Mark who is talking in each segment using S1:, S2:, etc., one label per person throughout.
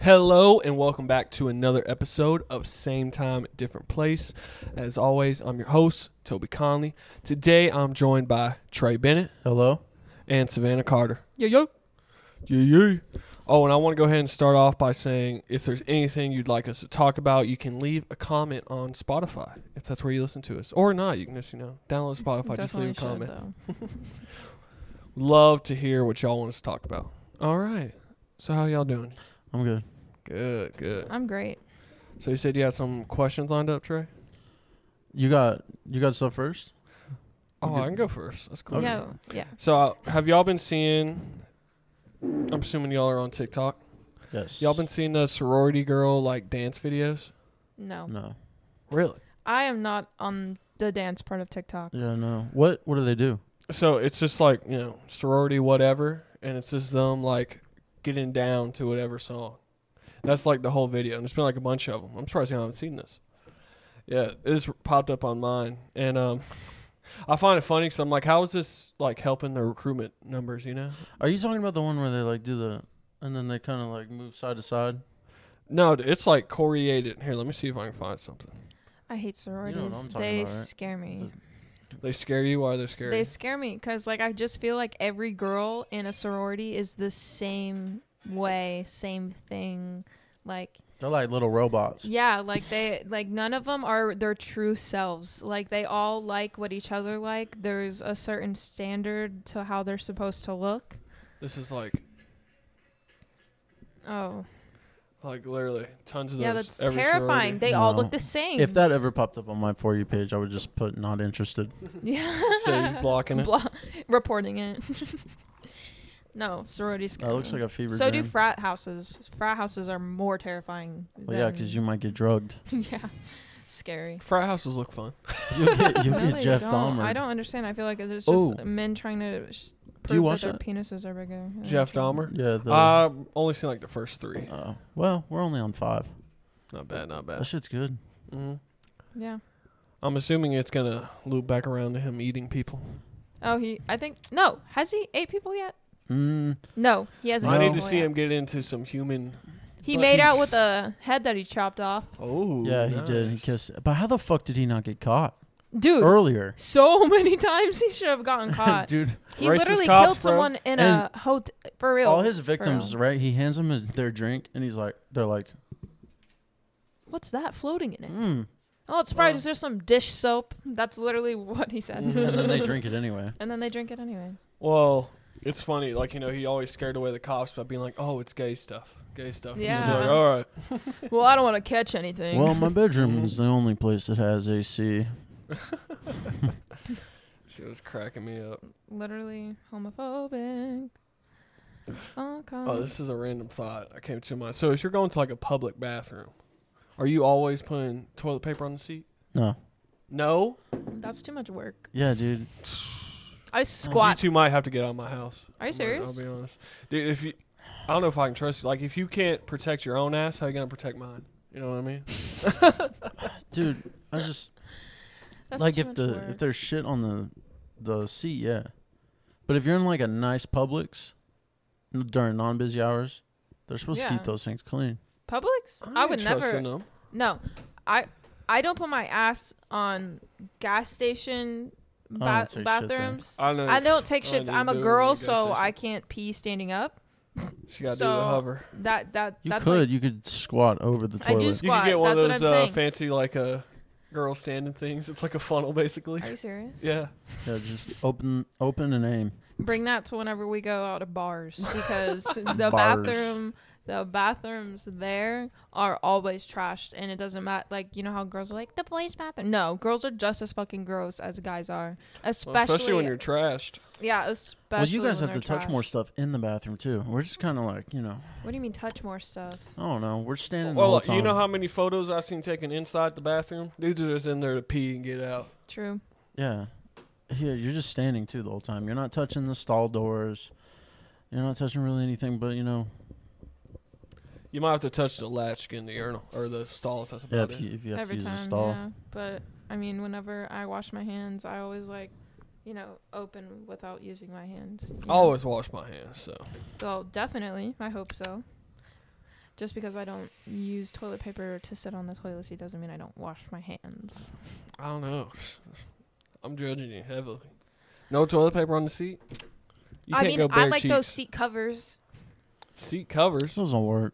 S1: Hello and welcome back to another episode of Same Time, Different Place. As always, I'm your host, Toby Conley. Today I'm joined by Trey Bennett
S2: Hello.
S1: and Savannah Carter. Yeah, yo. Yeah, yeah. Oh, and I want to go ahead and start off by saying if there's anything you'd like us to talk about, you can leave a comment on Spotify if that's where you listen to us. Or not, you can just, you know, download Spotify, just leave a comment. Love to hear what y'all want us to talk about. All right. So how y'all doing?
S2: I'm good.
S1: Good, good.
S3: I'm great.
S1: So you said you had some questions lined up, Trey?
S2: You got you got stuff first. You
S1: Oh,
S2: could-
S1: I can go first. That's cool.
S2: Okay.
S3: Yeah, yeah.
S1: So uh, have y'all been seeing? I'm assuming y'all are on TikTok.
S2: Yes.
S1: Y'all been seeing the sorority girl like dance videos?
S3: No,
S2: No.
S1: Really?
S3: I am not on the dance part of TikTok.
S2: Yeah. No. What What do they do?
S1: So it's just like you know sorority whatever, and it's just them like getting down to whatever song. That's like the whole video, and it's been like a bunch of them. I'm surprised you haven't seen this. Yeah, it just popped up on mine, and um, I find it funny because I'm like, how is this like helping the recruitment numbers? You know?
S2: Are you talking about the one where they like do the and then they kind of like move side to side?
S1: No, it's like choreated. Here, let me see if I can find something.
S3: I hate
S2: what
S3: sororities.
S2: I'm talking
S3: they
S2: about, right?
S3: scare me.
S1: They scare you? Why are they scary?
S3: They scare me because like I just feel like every girl in a sorority is the same way, same thing. Like
S2: They're like little robots.
S3: yeah, like they like none of them are their true selves. Like they all like what each other like. There's a certain standard to how they're supposed to look.
S1: this is like,
S3: Oh,
S1: like literally tons of
S3: yeah,
S1: those.
S3: that's
S1: every
S3: terrifying.
S1: sorority.
S3: They all
S2: No.
S3: look the same.
S2: If that ever popped up on my for you page, I would just put not interested.
S3: yeah.
S1: so he's blocking it.
S3: Blo- reporting it. no, sorority scare.
S2: That Oh, looks
S3: me.
S2: like a fever
S3: so do
S2: dream.
S3: frat houses. Frat houses are more terrifying.
S2: well, Oh, yeah, because you might get drugged.
S3: yeah, scary.
S1: Frat houses look fun.
S2: You'll get, you'll
S3: No,
S2: get
S3: they
S2: Jeff
S3: don't.
S2: Dahmer.
S3: I don't understand. I feel like it's just
S2: Oh.
S3: men trying to sh-
S2: you
S3: prove
S2: watch
S3: that their
S2: that?
S3: penises are bigger. I
S1: Jeff
S3: don't
S1: Dahmer.
S2: Yeah. The,
S1: I've Um, only seen like the first three.
S2: oh. well, we're only on five.
S1: Not bad, not
S2: That
S1: bad.
S2: shit's good.
S1: Mhm.
S3: care. Yeah.
S1: I'm assuming it's gonna loop back around to him eating people.
S3: Oh, he. I think no. Has he ate people yet?
S2: Mm,
S3: No, he hasn't.
S1: I need
S3: eaten
S1: to
S3: people
S1: see
S3: yet.
S1: him get into some human.
S3: He
S1: but-
S3: made out with a head that he chopped off.
S1: Oh,
S2: yeah, he did. He
S1: nice.
S2: kissed. But how the fuck did he not get caught
S3: Dude,
S2: earlier?
S3: so many times he should have gotten caught.
S2: Dude,
S3: He
S1: Racist
S3: literally
S1: cops,
S3: killed
S1: bro.
S3: someone in
S2: And
S3: a hotel for real.
S2: all his
S3: for
S2: victims,
S3: real.
S2: right? He hands them his, their drink, and he's like, they're like,
S3: What's that floating in it?
S2: mm.
S3: Oh, it's
S1: Wow.
S3: probably just there's some dish soap. That's literally what he said.
S1: Mhm.
S2: Mm, and then they drink it anyway.
S3: And then they drink it anyways.
S1: Well, it's funny. Like you know, he always scared away the cops by being like, "Oh, it's gay stuff, gay stuff." And they'd be
S3: Yeah.
S1: like, All right.
S3: well, I don't want to catch anything.
S2: Well, my bedroom is the only place that has AC.
S1: She was cracking me up.
S3: literally homophobic. Oh,
S1: Oh, this is a random thought I came to mind. So if you're going to like a public bathroom, are you always putting toilet paper on the seat?
S2: No.
S1: No.
S3: that's too much work.
S2: Yeah, dude.
S3: I
S1: You
S3: squat.
S1: two might have to get out of my house.
S3: Are
S1: I'm
S3: you
S1: gonna-
S3: serious?
S1: I'll be honest, dude. If you, I don't know if I can trust you. Like, if you can't protect your own ass, how you gonna protect mine? You know what I mean?
S2: Dude, I just
S3: That's
S2: like
S3: too
S2: if
S3: much
S2: the
S3: work.
S2: if there's shit on the the seat, yeah. But if you're in like a nice Publix n- during non-busy hours, they're supposed to
S3: Yeah.
S2: keep those things clean.
S3: Publix, I,
S1: ain't
S3: would
S1: trusting
S3: never.
S1: them.
S3: No, I I don't put my ass on gas station ba-
S2: don't take shit there.
S3: bathrooms.
S1: I know.
S3: I don't take
S1: I
S3: shits.
S1: need
S3: I'm
S1: to
S3: a
S1: do
S3: girl,
S1: what you guys
S3: so
S1: say.
S3: I can't pee standing up.
S1: She got to do the
S3: so-
S1: hover.
S3: That that
S2: You
S3: that's
S2: could
S3: like-
S2: you could squat over the
S3: I do squ-
S2: toilet.
S1: You can get
S3: Squat,
S1: one of those
S3: that's what I'm
S1: uh,
S3: saying.
S1: fancy like uh, girl standing things. It's like a funnel, basically.
S3: are you serious?
S1: Yeah.
S2: yeah, just open open and aim.
S3: Bring that to whenever we go out to bars because the
S2: Bars.
S3: bathroom the bathrooms there are always trashed and it doesn't matter like you know how girls are like the boys bathroom no girls are just as fucking gross as guys are especially,
S1: Well, especially when you're trashed.
S3: yeah especially
S2: Well, you guys
S3: when
S2: have to
S3: they're
S2: touch more
S3: trashed.
S2: stuff in the bathroom too. We're just kind of like, you know,
S3: what do you mean touch more stuff
S2: I don't know. We're standing
S1: Well,
S2: all
S1: like,
S2: the time.
S1: you know how many photos I've seen taken inside the bathroom? Dudes are just in there to pee and get out.
S3: true
S2: Yeah. Yeah, you're just standing too the whole time. You're not touching the stall doors. You're not touching really anything, but you know,
S1: You might have to touch the latch in the urinal or the stalls. That's
S2: yeah,
S1: about
S2: if
S1: it.
S2: you, if you have
S3: every
S2: to use
S3: time
S2: a stall.
S3: yeah but i mean whenever i wash my hands i always like you know open without using my hands you
S1: I
S3: know?
S1: always wash my hands, so
S3: well definitely i hope so Just because I don't use toilet paper to sit on the toilet seat doesn't mean I don't wash my hands.
S1: I don't know. I'm judging you heavily. No toilet paper on the seat. You
S3: I
S1: can't
S3: mean,
S1: go
S3: I
S1: bare
S3: like
S1: cheeks.
S3: those seat covers.
S1: seat covers.
S2: Those don't work.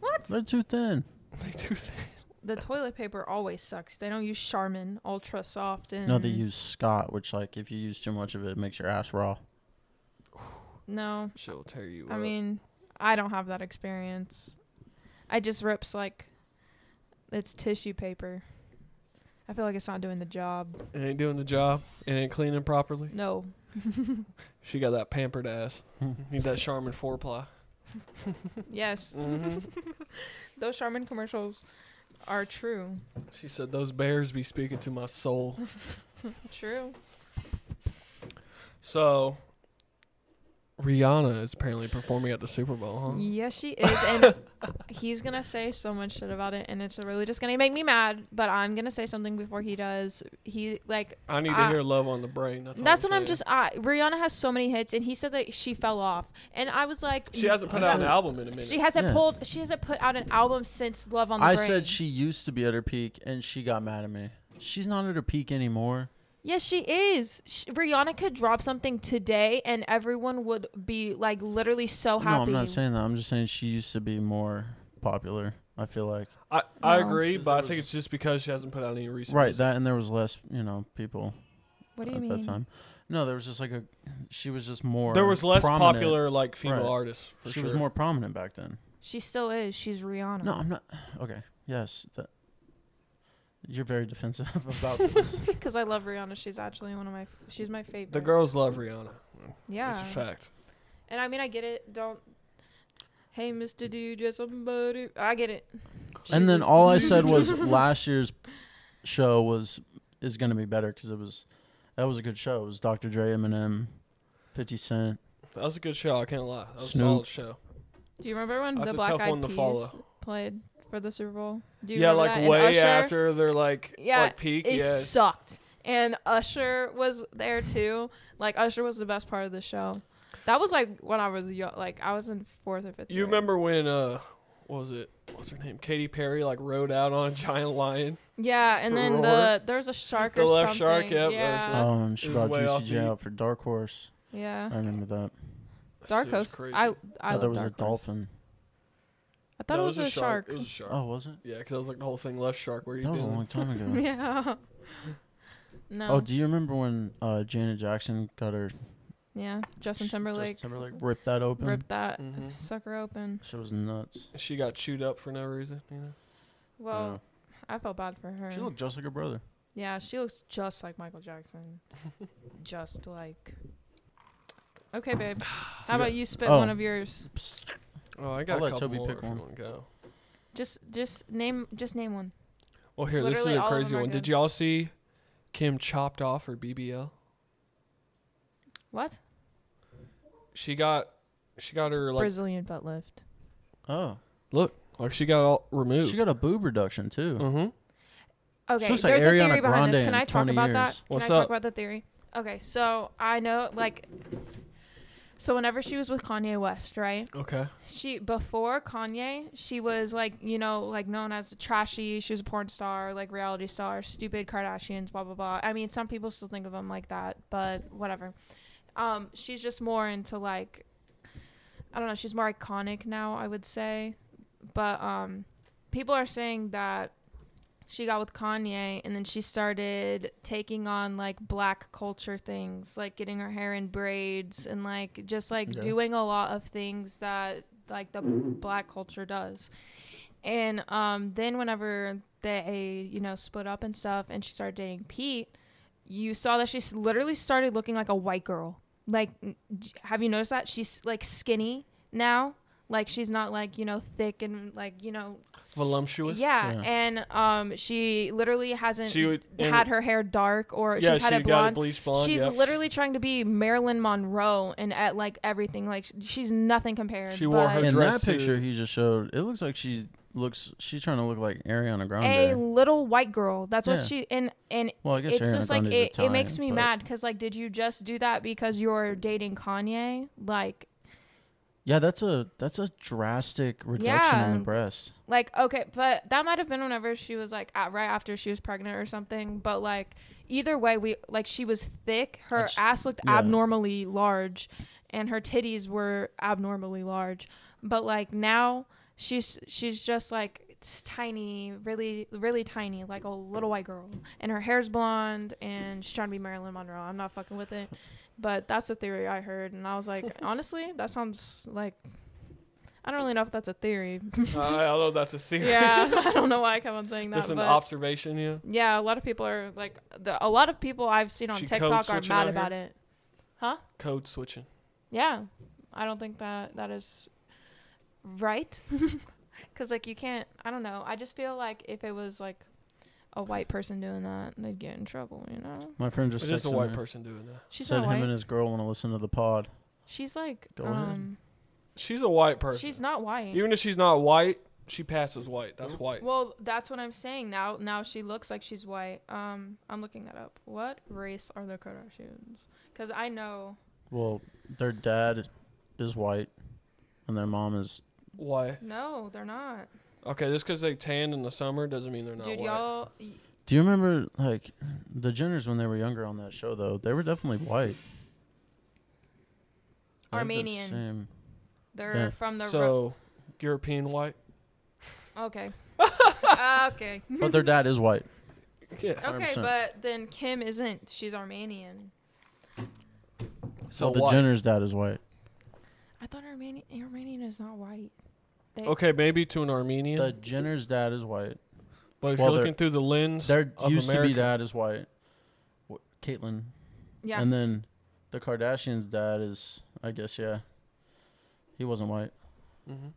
S3: What?
S2: They're too thin.
S1: They do that.
S3: The toilet paper always sucks. They don't use Charmin Ultra Soft and
S2: No, they use Scott, which like if you use too much of it, it makes your ass raw.
S3: No,
S1: She'll tear you.
S3: I
S1: up.
S3: mean, I don't have that experience. I just rips like it's tissue paper. I feel like it's not doing the job.
S1: it ain't doing the job. It ain't cleaning properly.
S3: No.
S1: She got that pampered ass. Need that Charmin four ply.
S3: yes.
S1: Mm-hmm.
S3: Those Charmin commercials are true.
S1: she said those bears be speaking to my soul.
S3: True.
S1: So, Rihanna is apparently performing at the Super Bowl, huh?
S3: Yes, she is. And he's going to say so much shit about it. And it's really just going to make me mad. But I'm going to say something before he does. He, like,
S1: I need to
S3: I-
S1: hear "Love on the Brain." That's, all
S3: that's what I'm
S1: saying.
S3: just. I Rihanna has so many hits. And he said that she fell off. And I was like,
S1: She hasn't put
S2: I
S1: out an
S2: said-
S1: album in a minute.
S3: She hasn't
S2: Yeah.
S3: pulled. She hasn't put out an album since Love on the
S2: I
S3: Brain.
S2: said she used to be at her peak, and she got mad at me. She's not at her peak anymore.
S3: Yes, she is. Sh Rihanna could drop something today, and everyone would be like literally so happy.
S2: No, I'm not saying that. I'm just saying she used to be more popular. I feel like
S1: I, I
S3: No.
S1: agree,
S2: Because
S1: but I
S2: there
S1: think
S2: was-
S1: it's just because she hasn't put out any recent.
S2: right
S1: music.
S2: that, and there was less, you know, people
S3: What do you
S2: at
S3: mean?
S2: that time. No, there was just like a. She was just more.
S1: There was less
S2: prominent.
S1: popular like female
S2: Right.
S1: artists. For
S2: She
S1: sure.
S2: was more prominent back then.
S3: She still is. She's Rihanna.
S2: No, I'm not. Okay. Yes. That, you're very defensive about this.
S3: because I love Rihanna. She's actually one of my. f- She's my favorite.
S1: The girls love Rihanna. That's a
S3: Yeah.
S1: fact.
S3: And I mean, I get it. Don't. Hey, Mr. Dude, you're somebody. I get it.
S2: and then
S3: Cheers
S2: all
S3: to
S2: I
S3: you.
S2: said was last year's show was is going to be better because it was that was a good show. It was Dr. Dre, Eminem, 50 Cent.
S1: That was a good show. I can't lie. That was
S2: Snoop.
S1: a solid show.
S3: Do you remember when
S1: That's
S3: the
S1: a
S3: Black
S1: tough
S3: Eyed
S1: one to follow.
S3: Peas played for the Super Bowl? Do you
S1: Yeah,
S3: remember
S1: like
S3: that? And
S1: way
S3: Usher?
S1: after they're like
S3: Yeah,
S1: like peak.
S3: it
S1: yes.
S3: sucked. And Usher was there too. Like Usher was the best part of the show. That was like when I was young. Like I was in fourth or fifth.
S1: You
S3: grade.
S1: remember when uh, what was it? What's her name? Katy Perry like rode out on a giant lion.
S3: Yeah, and
S1: For
S3: then
S1: Roar?
S3: the there's a shark
S1: The
S3: or
S1: left
S3: something.
S1: shark, yep, that
S3: yeah,
S1: was
S2: oh, and she
S1: it was
S2: brought
S1: way
S2: Juicy
S1: off
S2: J
S1: beat.
S2: out for Dark Horse.
S3: yeah.
S2: I remember that.
S1: That
S3: Dark
S1: shit was
S3: Horse.
S1: crazy.
S3: I I
S2: oh, there
S3: love
S2: was
S3: Dark
S2: a
S3: Horse.
S2: dolphin.
S3: I thought
S1: No,
S3: it was, a shark.
S1: It was a shark.
S2: Oh, was it?
S1: Yeah, because that was like the whole thing. Left shark. Where you
S2: That was a
S1: doing?
S2: long time ago.
S3: yeah. No.
S2: Oh, do you remember when uh, Janet Jackson got her
S3: yeah. Justin
S2: sh-
S3: Timberlake,
S2: Justin Timberlake ripped that open?
S3: ripped that
S1: hmm
S3: sucker open.
S2: She was nuts.
S1: She got chewed up for no reason. You know.
S3: Well, I felt bad for her.
S2: Yeah. she looked just like her brother.
S3: Yeah, she looks just like Michael Jackson. just like. Okay, babe. How about you spit
S2: Oh.
S3: one of yours?
S2: Psst.
S1: Oh, I got
S2: I'll
S1: a
S2: let
S1: couple
S2: Toby
S1: more.
S2: pick
S1: if you
S2: one.
S1: wanna Go.
S3: Just just name just name one.
S1: Well, here
S3: Literally
S1: this is
S3: all
S1: a
S3: of
S1: crazy
S3: them are
S1: one.
S3: good.
S1: Did y'all see Kim chopped off her BBL?
S3: What?
S1: She got she got her like
S3: Brazilian butt lift.
S2: Oh,
S1: like she got all removed.
S2: she got a boob reduction too.
S1: mm-hmm.
S3: Okay,
S2: looks
S3: there's
S2: like
S3: a
S2: Ariana
S3: theory behind
S2: Grande
S3: this. Can
S2: in
S3: I talk
S2: 20
S3: about
S2: years.
S3: that? Can
S1: What's
S3: I talk
S1: up?
S3: about the theory? Okay, so I know like so whenever she was with Kanye West, right?
S1: Okay.
S3: She before Kanye, she was like, you know, like known as trashy, she was a porn star, like reality star, stupid Kardashians, blah blah blah. I mean, some people still think of them like that, but whatever. Um, she's just more into like I don't know, she's more iconic now, I would say. But um people are saying that she got with Kanye and then she started taking on like black culture things, like getting her hair in braids and like just like
S2: Yeah.
S3: doing a lot of things that like the black culture does. And um then whenever they you know split up and stuff and she started dating Pete, you saw that she s- literally started looking like a white girl. Like n- j- have you noticed that she's like skinny now? Like she's not like, you know, thick and like, you know,
S1: Voluptuous.
S3: yeah,
S2: Yeah.
S3: and um, she literally hasn't
S1: She would- and-
S3: had her hair dark or
S1: yeah,
S3: she's had
S1: she
S3: it
S1: got a
S3: blonde.
S1: bleach blonde.
S3: she's
S1: yeah.
S3: literally trying to be Marilyn Monroe and at like everything. Like sh- she's nothing compared.
S1: She wore her
S3: but
S2: In
S1: dress
S2: that picture
S1: suit.
S2: he just showed, it looks like she looks. She's trying to look like Ariana
S3: a
S2: Grande.
S3: little white girl. That's
S2: Yeah.
S3: what she and and
S2: well, I guess
S3: it's
S2: Ariana
S3: just like
S2: Grande's
S3: it, it
S2: Italian,
S3: makes me
S2: but
S3: mad because like did you just do that because you're dating Kanye? Like
S2: Yeah, that's a that's a drastic reduction
S3: Yeah.
S2: on the breast.
S3: Like, okay, but that might have been whenever she was like at, right after she was pregnant or something. But like, either way, we like she was thick. Her
S2: That's-
S3: ass looked
S2: yeah.
S3: abnormally large, and her titties were abnormally large. But like now, she's she's just like it's tiny, really really tiny, like a little white girl, and her hair's blonde, and she's trying to be Marilyn Monroe. I'm not fucking with it. But that's the theory I heard, and I was like, honestly, that sounds like I don't really know if that's a theory,
S1: Uh, I don't know if that's a theory.
S3: yeah, I don't know why I kept on saying that,
S1: That's an
S3: but
S1: observation, yeah.
S3: yeah, a lot of people are like the, a lot of people I've seen on
S1: She code
S3: TikTok are
S1: switching
S3: mad
S1: out
S3: about it. Huh?
S1: Code switching.
S3: Yeah, I don't think that that is right, because like you can't. I don't know. I just feel like if it was like a white person doing that, they'd get in trouble. You know?
S2: My friend
S1: It
S2: just
S1: is a
S2: texted
S1: white
S2: me.
S1: person doing that.
S3: She's
S2: said
S3: not
S2: him
S3: white.
S2: and his girl want to listen to the pod.
S3: she's like
S2: Go ahead.
S3: um,
S1: She's a white person.
S3: she's not white.
S1: Even if she's not white, she passes white. That's white.
S3: well, that's what I'm saying. Now, now she looks like she's white. Um, I'm looking that up. What race are the Kardashians? Because I know
S2: Well, their dad is white, and their mom is.
S1: Why?
S3: No, they're not.
S1: Okay, just because they tan in the summer doesn't mean they're not
S3: Dude,
S1: white.
S3: y'all. y-
S2: Do you remember like the Jenners when they were younger on that show though? They were definitely white. I think they're the
S3: Armenian.
S2: same.
S3: They're
S2: Yeah.
S3: from the. Ro-
S1: so, European white?
S3: okay. Ah, okay.
S2: But their dad is white.
S1: Yeah.
S3: Okay,
S2: 100%.
S3: but then Kim isn't. She's Armenian.
S1: So,
S2: well, the
S1: white.
S2: Jenner's dad is white.
S3: I thought Armenian Armenian is not white. They,
S1: okay, maybe to an Armenian.
S2: The Jenner's dad is white.
S1: but if
S2: well,
S1: you're
S2: they're-
S1: looking through the lens
S2: Their
S1: of
S2: used
S1: America,
S2: to be dad is white. Wh- Caitlyn.
S3: Yeah.
S2: And then the Kardashians' dad is, I guess, yeah. He wasn't white.
S1: Mhm.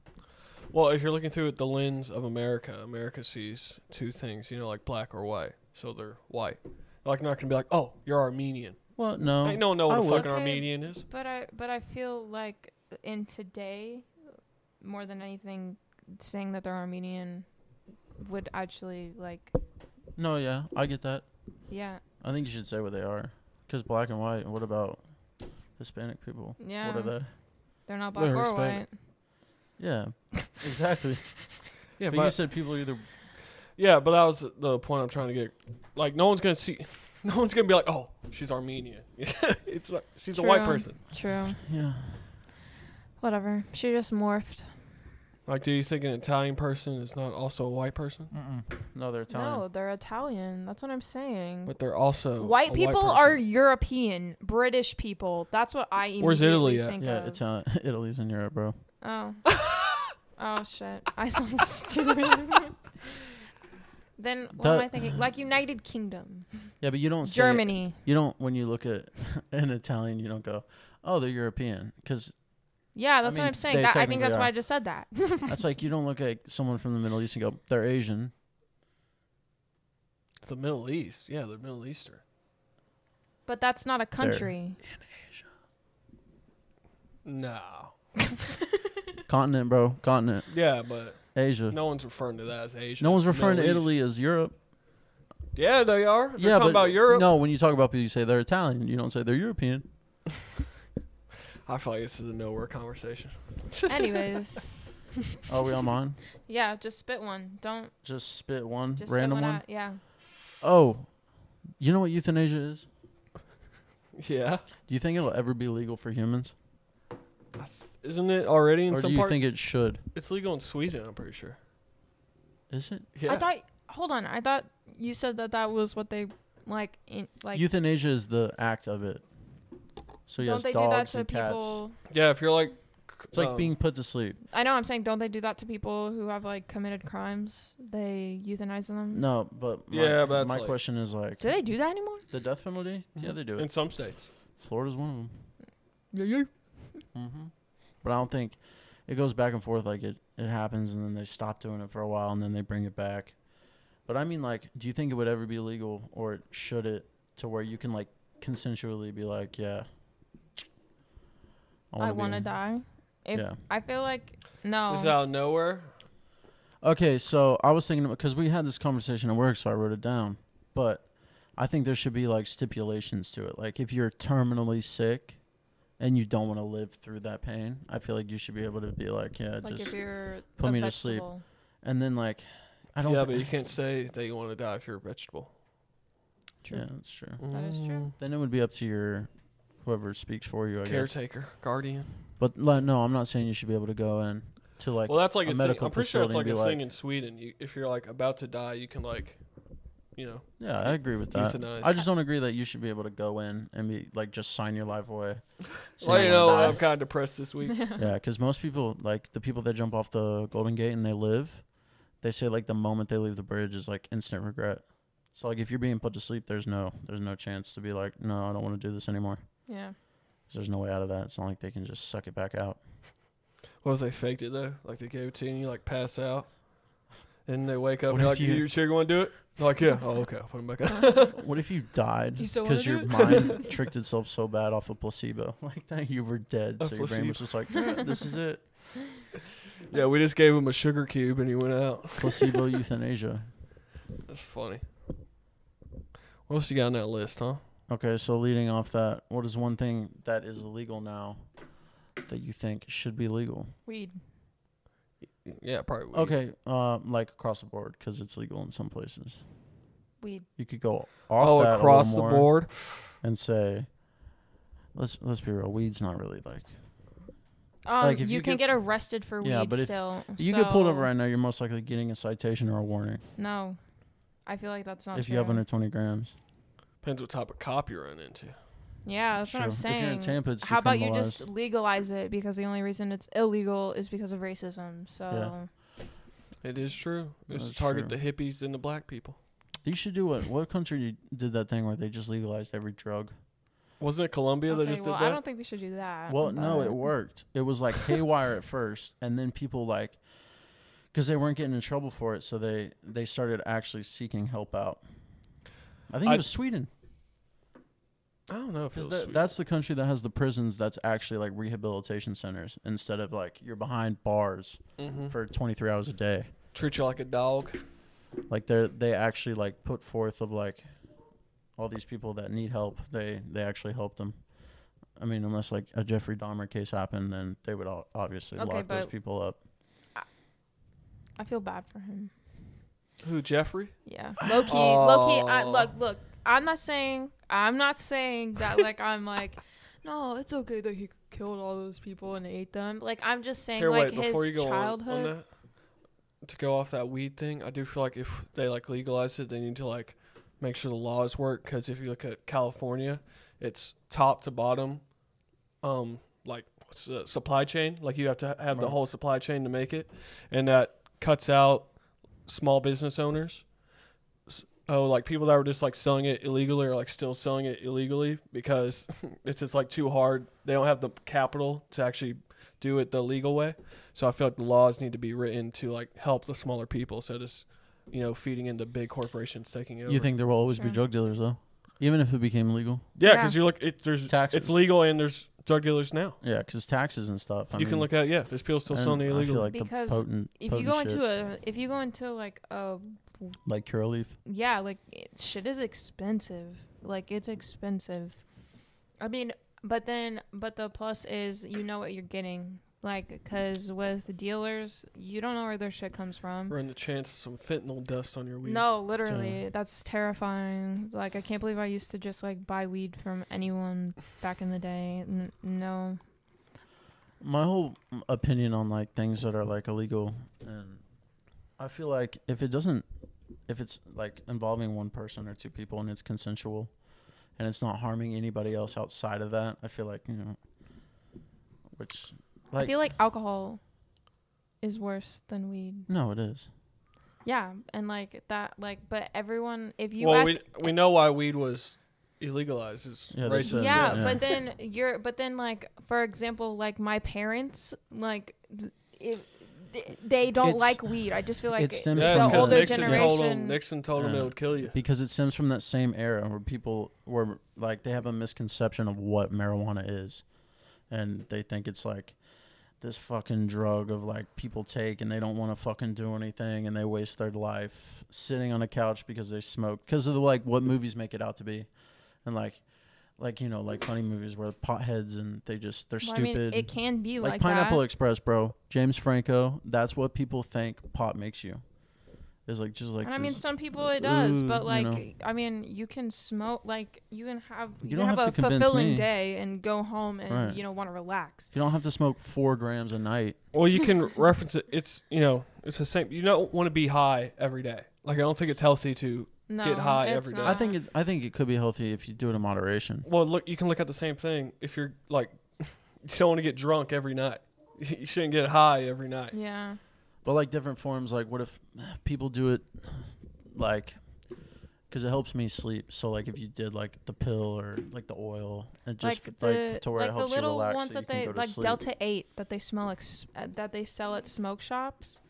S1: Well, if you're looking through it, the lens of America, America sees two things, you know, like black or white. So they're white. Like, not gonna be like, oh, you're Armenian.
S2: Well, no.
S1: Ain't no one know what
S2: I
S1: a
S2: would.
S1: fucking
S3: Okay.
S1: Armenian is.
S3: but I but I feel like in today, more than anything, saying that they're Armenian would actually like
S2: No, yeah, I get that.
S3: yeah
S2: I think you should say what they are. Because black and white, what about Hispanic people?
S3: yeah
S2: What are they?
S3: they're not black
S1: They're
S3: or
S1: Hispanic.
S3: white.
S2: Yeah, exactly.
S1: Yeah,
S2: but,
S1: but
S2: you said people are either.
S1: yeah, but that was the point I'm trying to get. Like, no one's gonna see. No one's gonna be like, oh, she's Armenian. it's like, she's a white
S3: True.
S1: person.
S3: True.
S2: Yeah.
S3: Whatever. She just morphed.
S1: Like, do you think an Italian person is not also a white person?
S3: Mm.
S2: Mm-mm. No, they're Italian.
S3: No, they're Italian. That's what I'm saying.
S1: But they're also
S3: white
S1: Oh, a
S3: people
S1: person.
S3: are European, British people. That's what I immediately
S1: Where's Italy at?
S3: think
S2: yeah,
S3: of.
S2: Italian. Italy's in Europe, bro.
S3: oh. oh shit. I sound stupid. then what am
S2: That-
S3: I thinking? Like United Kingdom,
S2: Yeah, but you don't. say-
S3: Germany.
S2: you don't. When you look at an Italian, you don't go, "Oh, they're European," because
S3: Yeah, that's
S2: mean,
S3: what I'm saying.
S2: they
S3: That, I think
S2: technically
S3: that's why
S2: are.
S3: I just said that.
S2: that's like you don't look at someone from the Middle East and go, "They're Asian."
S1: the Middle East. Yeah, they're Middle Eastern.
S3: but that's not a country.
S1: No.
S2: Continent, bro. Continent.
S1: Yeah, but
S2: Asia. No,
S1: no one's referring to that as Asia.
S2: one's
S1: It's
S2: referring to
S1: Middle
S2: Italy
S1: East.
S2: as Europe.
S1: Yeah, they are. They're
S2: yeah,
S1: talking
S2: but
S1: about Europe.
S2: No, when you talk about people, you say they're Italian. You don't say they're European.
S1: I feel like this is a nowhere conversation.
S3: Anyways,
S2: Are we on mine?
S3: yeah, just spit one. Don't
S2: Just spit one
S3: just spit
S2: random
S3: one.
S2: one.
S3: Out. Yeah.
S2: Oh, you know what euthanasia is?
S1: Yeah.
S2: Do you think it'll ever be legal for humans,
S1: I th- Isn't it already in
S2: or do
S1: some
S2: you
S1: parts?
S2: think it should?
S1: it's legal in Sweden, I'm pretty sure.
S2: Is it?
S1: Yeah.
S3: I thought. Hold on. I thought you said that that was what they like. In, like.
S2: euthanasia is the act of it. So yes,
S3: don't they do
S2: dogs
S3: that to
S2: and cats.
S3: people?
S1: yeah, if you're like
S2: It's like
S1: um,
S2: being put to sleep.
S3: I know I'm saying don't they do that to people who have like committed crimes? They euthanize them.
S2: No, but my,
S1: Yeah, but that's
S2: my
S1: like-
S2: question is like
S3: Do they do that anymore?
S2: the death penalty. Yeah,
S1: Mhm.
S2: they do
S1: in
S2: it.
S1: some states.
S2: Florida's one of them.
S1: Yeah, yeah.
S2: Mm-hmm. But I don't think it goes back and forth. Like it, it happens, and then they stop doing it for a while, and then they bring it back. But I mean, like, do you think it would ever be legal, or should it, to where you can like consensually be like, yeah,
S3: I
S2: wanna
S3: want to
S2: be-
S3: die. If
S2: Yeah.
S3: I feel like no.
S1: Is out of nowhere.
S2: Okay, so I was thinking because we had this conversation at work, so I wrote it down. But I think there should be like stipulations to it. Like if you're terminally sick, and you don't want to live through that pain, I feel like you should be able to be like, yeah,
S3: Like
S2: just
S3: if you're
S2: put
S3: a
S2: me to sleep.
S3: vegetable.
S2: and then like I don't
S1: yeah,
S2: thi-
S1: but you can't say that you want to die if you're a vegetable.
S2: Yeah, that's true.
S3: That is true.
S2: Then it would be up to your whoever speaks for you, I
S1: Mm,
S2: guess.
S1: Caretaker, guardian.
S2: But like, no, I'm not saying you should be able to go in to like
S1: well, that's like
S2: a
S1: a thing.
S2: medical
S1: I'm pretty sure it's like
S2: facility
S1: a
S2: and be
S1: thing
S2: like-
S1: in Sweden. You, if you're like about to die, you can like, you know,
S2: Yeah, Uh, I agree with that.
S1: euthanize.
S2: I just don't agree that you should be able to go in and be like just sign your life away. Say
S1: well, you
S2: wanna
S1: know, uh,
S2: die.
S1: I'm kind of depressed this week.
S2: Yeah, because most people, like the people that jump off the Golden Gate and they live, they say like the moment they leave the bridge is like instant regret. So like if you're being put to sleep, there's no there's no chance to be like, no, I don't want to do this anymore.
S3: Yeah.
S2: 'Cause There's no way out of that. It's not like they can just suck it back out.
S1: What if they faked it though? Like they gave it to you and you like pass out, and they wake up and
S2: What
S1: you're like,
S2: if
S1: you,
S2: you-
S1: you sure you want to do it? They're like, yeah. oh, okay. I'll put him back up.
S2: What if you died
S3: You still wanna
S2: because
S3: do
S2: your
S3: it?
S2: mind tricked itself so bad off of placebo, like that you were dead,
S1: A
S2: so your brain was just like, "Eh, this is it.
S1: yeah, we just gave him a sugar cube and he went out.
S2: Placebo euthanasia.
S1: That's funny. What else you got on that list, huh?
S2: Okay, so leading off that, what is one thing that is illegal now that you think should be legal?
S3: Weed.
S1: Yeah, probably. weed.
S2: Okay, uh, like across the board because it's legal in some places.
S3: Weed.
S2: You could go off
S1: Oh,
S2: that a
S1: across the
S2: little more
S1: board.
S2: and say, let's let's be real, weed's not really like
S3: Um,
S2: Like, if
S3: you,
S2: you
S3: can
S2: get-
S3: get, arrested for
S2: Yeah,
S3: weed
S2: but if
S3: still.
S2: you get pulled over
S3: so-
S2: right now, you're most likely getting a citation or a warning
S3: No. I feel like that's not
S2: if
S3: true.
S2: you have under 20 grams.
S1: Depends what type of cop you run into.
S3: Yeah, that's what I'm
S2: Sure. If
S3: saying.
S2: you're in Tampa, it's
S3: How about you
S2: decriminalized.
S3: just legalize it because the only reason it's illegal is because of racism. So
S1: It is true. It's to
S2: That's
S1: target
S2: true.
S1: the hippies and the black people.
S2: You should do what? What country did that thing where they just legalized every drug?
S1: Wasn't it Colombia that
S3: Okay,
S1: just
S3: well,
S1: did that?
S3: I don't think we should do that.
S2: Well, no,
S3: but-
S2: it worked. It was like haywire at first, and then people like, because they weren't getting in trouble for it, so they they started actually seeking help out. I think
S1: I-
S2: it was Sweden
S1: I don't know if it
S2: because
S1: was
S2: that,
S1: Sweden.
S2: that's the country that has the prisons that's actually like rehabilitation centers instead of like you're behind bars
S1: Mhm.
S2: for 23 hours a day.
S1: treat you like a dog.
S2: Like they are they actually like put forth of like all these people that need help. They they actually help them. I mean, unless like a Jeffrey Dahmer case happened, then they would o- obviously
S3: Okay,
S2: lock those
S3: but-
S2: people up.
S3: I feel bad for him.
S1: Who Jeffrey?
S3: Yeah. Low key, low key. I,
S1: Oh.
S3: look, look. I'm not saying. I'm not saying that. Like I'm like. No, it's okay that he killed all those people and ate them. Like I'm just saying,
S1: Here,
S3: like
S1: wait. Before
S3: his
S1: you go on-
S3: childhood.
S1: on, that, to go off that weed thing, I do feel like if they like legalize it, they need to like make sure the laws work. Because if you look at California, it's top to bottom, um, like what's the supply chain. Like you have to have the
S2: Right.
S1: whole supply chain to make it, and that cuts out small business owners. S- Oh, like people that were just like selling it illegally or like still selling it illegally because it's just like too hard. They don't have the capital to actually do it the legal way. So I feel like the laws need to be written to like help the smaller people. So just you know, feeding into big corporations taking it over.
S2: You think there will always be
S3: Sure.
S2: drug dealers though, even if it became legal?
S1: Yeah,
S3: Yeah.
S1: because you look, it, there's
S2: Taxes.
S1: it's legal and there's drug dealers now.
S2: Yeah, because taxes and stuff. I
S1: you can
S2: mean,
S1: look at yeah, there's people still
S2: I
S1: selling
S2: don't-
S1: it
S2: I feel
S1: illegally.
S2: like
S3: Because
S2: the potent,
S3: if you
S2: potent
S3: go
S2: shit,
S3: into a, if you go into like a,
S2: like Cura Leaf,
S3: yeah, like it, shit is expensive. Like it's expensive. I mean, but then, but the plus is you know what you're getting. Like, because with dealers, you don't know where their shit comes from.
S1: Run the chance of some fentanyl dust on your weed.
S3: No, literally, that's terrifying. Like, I can't believe I used to just like buy weed from anyone back in the day. N- no,
S2: my whole m- opinion on like things that are like illegal, and I feel like if it doesn't, if it's like involving one person or two people and it's consensual, and it's not harming anybody else outside of that, I feel like you know, which
S3: I
S2: like
S3: feel like alcohol is worse than weed.
S2: no, it is.
S3: Yeah, and like that, like, but everyone, if you
S1: well,
S3: ask,
S1: we we know why weed was illegalized. It's
S2: Yeah, they
S1: racist.
S2: said
S3: yeah,
S2: Yeah.
S3: but then you're, but then like, for example, like my parents, like, th- if th- they don't
S2: It's-
S3: like weed. I just feel like it-
S2: stems
S1: Yeah,
S2: from
S1: it's
S3: the
S2: because
S1: because Nixon
S3: older
S1: told
S3: generation.
S1: him Nixon told him
S2: Yeah.
S1: it would kill you.
S2: because it stems from that same era where people were like they have a misconception of what marijuana is and they think it's like this fucking drug of like people take and they don't want to fucking do anything and they waste their life sitting on a couch because they smoke because of the like what movies make it out to be and like like you know, like funny movies where potheads and they just they're
S3: Well, I
S2: stupid.
S3: mean, it can be
S2: like,
S3: like,
S2: Pineapple
S3: that.
S2: Express, bro. James Franco. That's what people think pot makes you. Is like just like
S3: and I mean,
S2: this-
S3: some people it does,
S2: "Ooh,"
S3: but
S2: you
S3: like,
S2: know.
S3: I mean, you can smoke, like, you can have
S2: You
S3: you,
S2: don't
S3: can have,
S2: have
S3: a
S2: to convince
S3: fulfilling
S2: me.
S3: day and go home and
S2: Right.
S3: you know want to relax.
S2: you don't have to smoke four grams a night.
S1: Well, you can reference it. It's you know, it's the same. You don't want to be high every day. Like I don't think it's healthy to.
S3: No,
S1: high
S3: it's
S1: every day.
S2: I
S3: not.
S2: think it's I think it could be healthy if you do it in moderation.
S1: Well, look, you can look at the same thing if you're like, you don't want to get drunk every night. You shouldn't get high every night.
S3: yeah,
S2: But like different forms, like what if people do it like because it helps me sleep. So like if you did like the pill or like the oil, it just
S3: like
S2: like,
S3: the
S2: to where
S3: like
S2: it
S3: the
S2: helps you
S3: little
S2: relax.
S3: ones
S2: so you
S3: that
S2: can
S3: they
S2: go to
S3: like
S2: sleep.
S3: Delta Eight that they smell like s- uh, that they sell at smoke shops.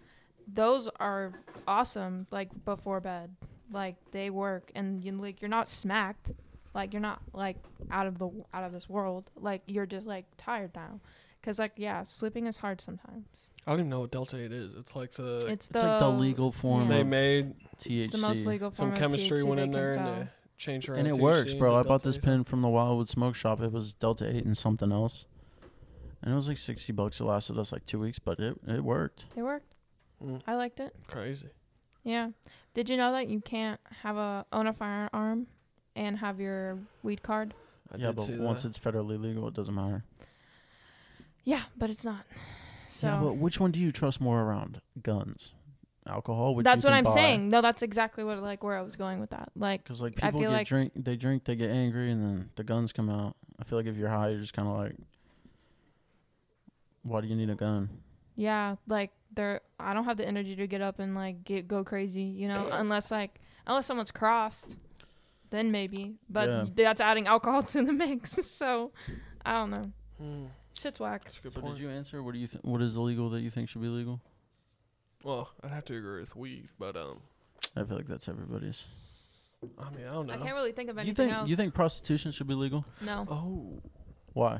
S3: Those are awesome. Like before bed, like they work, and you like you're not smacked, like you're not like out of the out of this world. Like you're just like tired now, because like yeah, sleeping is hard sometimes.
S1: I don't even know what Delta Eight is. It's like the
S3: It's,
S2: It's
S3: the,
S2: like the legal form
S3: yeah.
S1: they
S2: of
S1: made
S2: THC.
S3: It's the most legal
S1: some
S3: form Mm. of
S1: chemistry
S3: THC
S1: went
S3: they
S1: in
S3: can
S1: there and
S3: sell.
S1: uh, they changed around.
S2: and it
S1: THC
S2: works,
S1: and
S2: bro.
S1: did
S2: I bought
S1: Delta
S2: this
S1: eight.
S2: pen from the Wildwood Smoke Shop. It was Delta Eight and something else, and it was like sixty bucks. It lasted us like two weeks, but it it worked.
S3: It worked.
S1: Mm,
S3: I liked it.
S1: crazy.
S3: Yeah. Did you know that you can't have a own a firearm and have your weed card?
S1: I
S2: yeah,
S1: did
S2: but
S1: see
S2: once
S1: that.
S2: it's federally legal, it doesn't matter.
S3: Yeah, but it's not. So
S2: Yeah, but which one do you trust more around? Guns, alcohol. Which
S3: that's what I'm saying. No, that's exactly what like where I was going with that. Like
S2: Because like
S3: I
S2: people
S3: feel
S2: get
S3: like-
S2: drink, they drink, they get angry, and then the guns come out. I feel like if you're high, you're just kind of like, why do you need a gun?
S3: yeah, like there I don't have the energy to get up and like get go crazy, you know, unless like unless someone's crossed, then maybe. But
S2: Yeah.
S3: that's adding alcohol to the mix. So I don't know.
S1: Mm,
S3: Shit's whack.
S1: that's a good
S2: So
S1: point.
S2: did you answer? What do you? Th- what is illegal that you think should be legal?
S1: well, I'd have to agree with weed, but um,
S2: I feel like that's everybody's.
S1: I mean, I don't know.
S3: I can't really think of
S2: You
S3: anything
S2: think
S3: else.
S2: you think prostitution should be legal?
S3: no.
S1: oh,
S2: Why?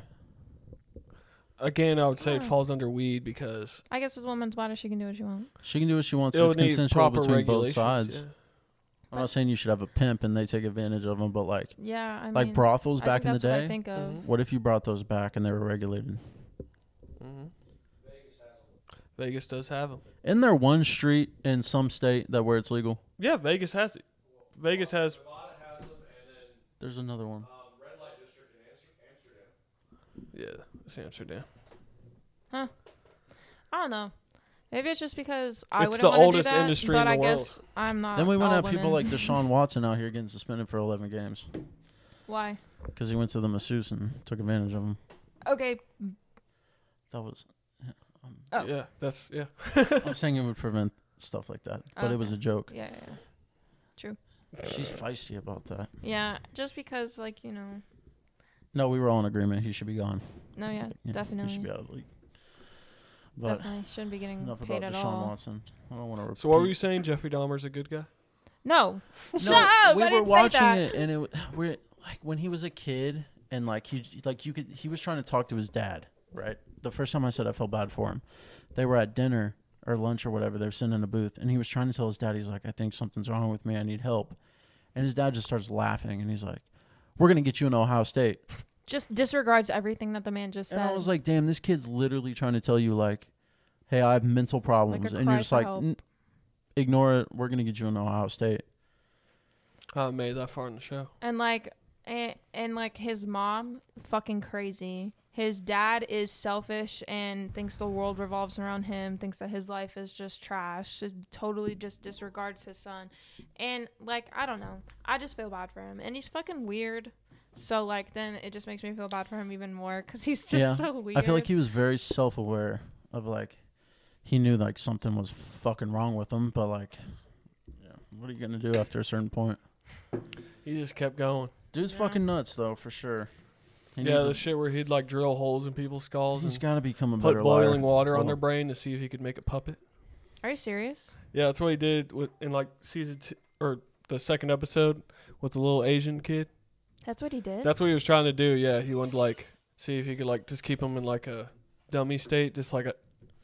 S1: again, I would say it
S3: Oh.
S1: falls under weed because
S3: I guess this woman's body she can do what she wants.
S2: She can do what she wants.
S1: it
S2: It's
S1: would need
S2: consensual
S1: proper
S2: between both
S1: regulations.
S2: sides.
S1: yeah.
S2: I'm not saying you should have a pimp and they take advantage of them, but like
S3: Yeah, I mean
S2: like brothels
S3: I
S2: back
S3: think
S2: in the
S3: that's What I
S2: day.
S3: think of.
S1: Mhm.
S2: What if you brought those back and they were regulated?
S1: Mhm. Vegas does have them.
S2: Isn't there one street in some state that where it's legal?
S1: Yeah, Vegas has it. Vegas has.
S2: There's another one.
S1: Yeah, it's Amsterdam.
S3: I don't know. Maybe it's just because I
S1: It's
S3: wouldn't
S1: the
S3: wanna
S1: oldest
S3: do that,
S1: industry
S3: but
S1: in the
S3: I
S1: world.
S3: guess I'm not.
S2: then we
S3: all
S2: went at people like
S3: women.
S2: Deshaun Watson out here getting suspended for 11 games
S3: Why?
S2: because he went to the masseuse and took advantage of him.
S3: Okay,
S2: That was.
S3: Oh.
S1: Yeah, that's yeah.
S2: I'm saying it would prevent stuff like that, but it was
S3: Okay.
S2: a joke.
S3: yeah, yeah, yeah.
S2: She's feisty about that.
S3: Yeah, just because like you know,
S2: No, we were all in agreement. He should be gone.
S3: no, yeah,
S2: Yeah,
S3: Uh, definitely,
S2: He should be out of the league. But
S3: definitely shouldn't be getting
S2: enough
S3: paid at
S2: about Deshaun
S3: all.
S2: Watson. I don't want to.
S1: So what were you saying? Jeffrey Dahmer's a good guy.
S3: No,
S2: No,
S3: shut up!
S2: We
S3: I
S2: were
S3: didn't say
S2: watching
S3: that.
S2: it, and it w- we're like when he was a kid, and like he like you could he was trying to talk to his dad, right? The first time I said I felt bad for him, they were at dinner or lunch or whatever. They were sitting in a booth, and he was trying to tell his dad, he's like, I think something's wrong with me. I need help. And his dad just starts laughing, and he's like, We're gonna get you in Ohio State.
S3: Just disregards everything that the man just
S2: And
S3: said.
S2: I was like, Damn, this kid's literally trying to tell you like, Hey, I have mental problems, and
S3: cry
S2: you're just
S3: for
S2: like,
S3: help.
S2: "N- Ignore it. We're gonna get you in Ohio State.
S1: I made that far in the show.
S3: and like and, and like his mom fucking crazy his dad is selfish and thinks the world revolves around him thinks that his life is just trash it totally just disregards his son and like i don't know i just feel bad for him and he's fucking weird so like then it just makes me feel bad for him even more because he's just
S2: Yeah.
S3: so weird
S2: I feel like he was very self aware of like he knew like something was fucking wrong with him, but like yeah, what are you gonna do after a certain point?
S1: He just kept going.
S2: Dude's
S3: Yeah.
S2: fucking nuts though, for sure. He
S1: yeah,
S2: needs
S1: the shit where he'd like drill holes in people's
S2: a,
S1: skulls
S2: he's
S1: and
S2: gotta become a
S1: put
S2: better
S1: boiling
S2: liar.
S1: water on
S2: Hold
S1: their
S2: on.
S1: brain to see if he could make a puppet.
S3: are you serious
S1: Yeah, that's what he did with in like season two or the second episode with the little Asian kid.
S3: that's what he did
S1: That's what he was trying to do. Yeah, he wanted to like see if he could like just keep him in like a dummy state, just like a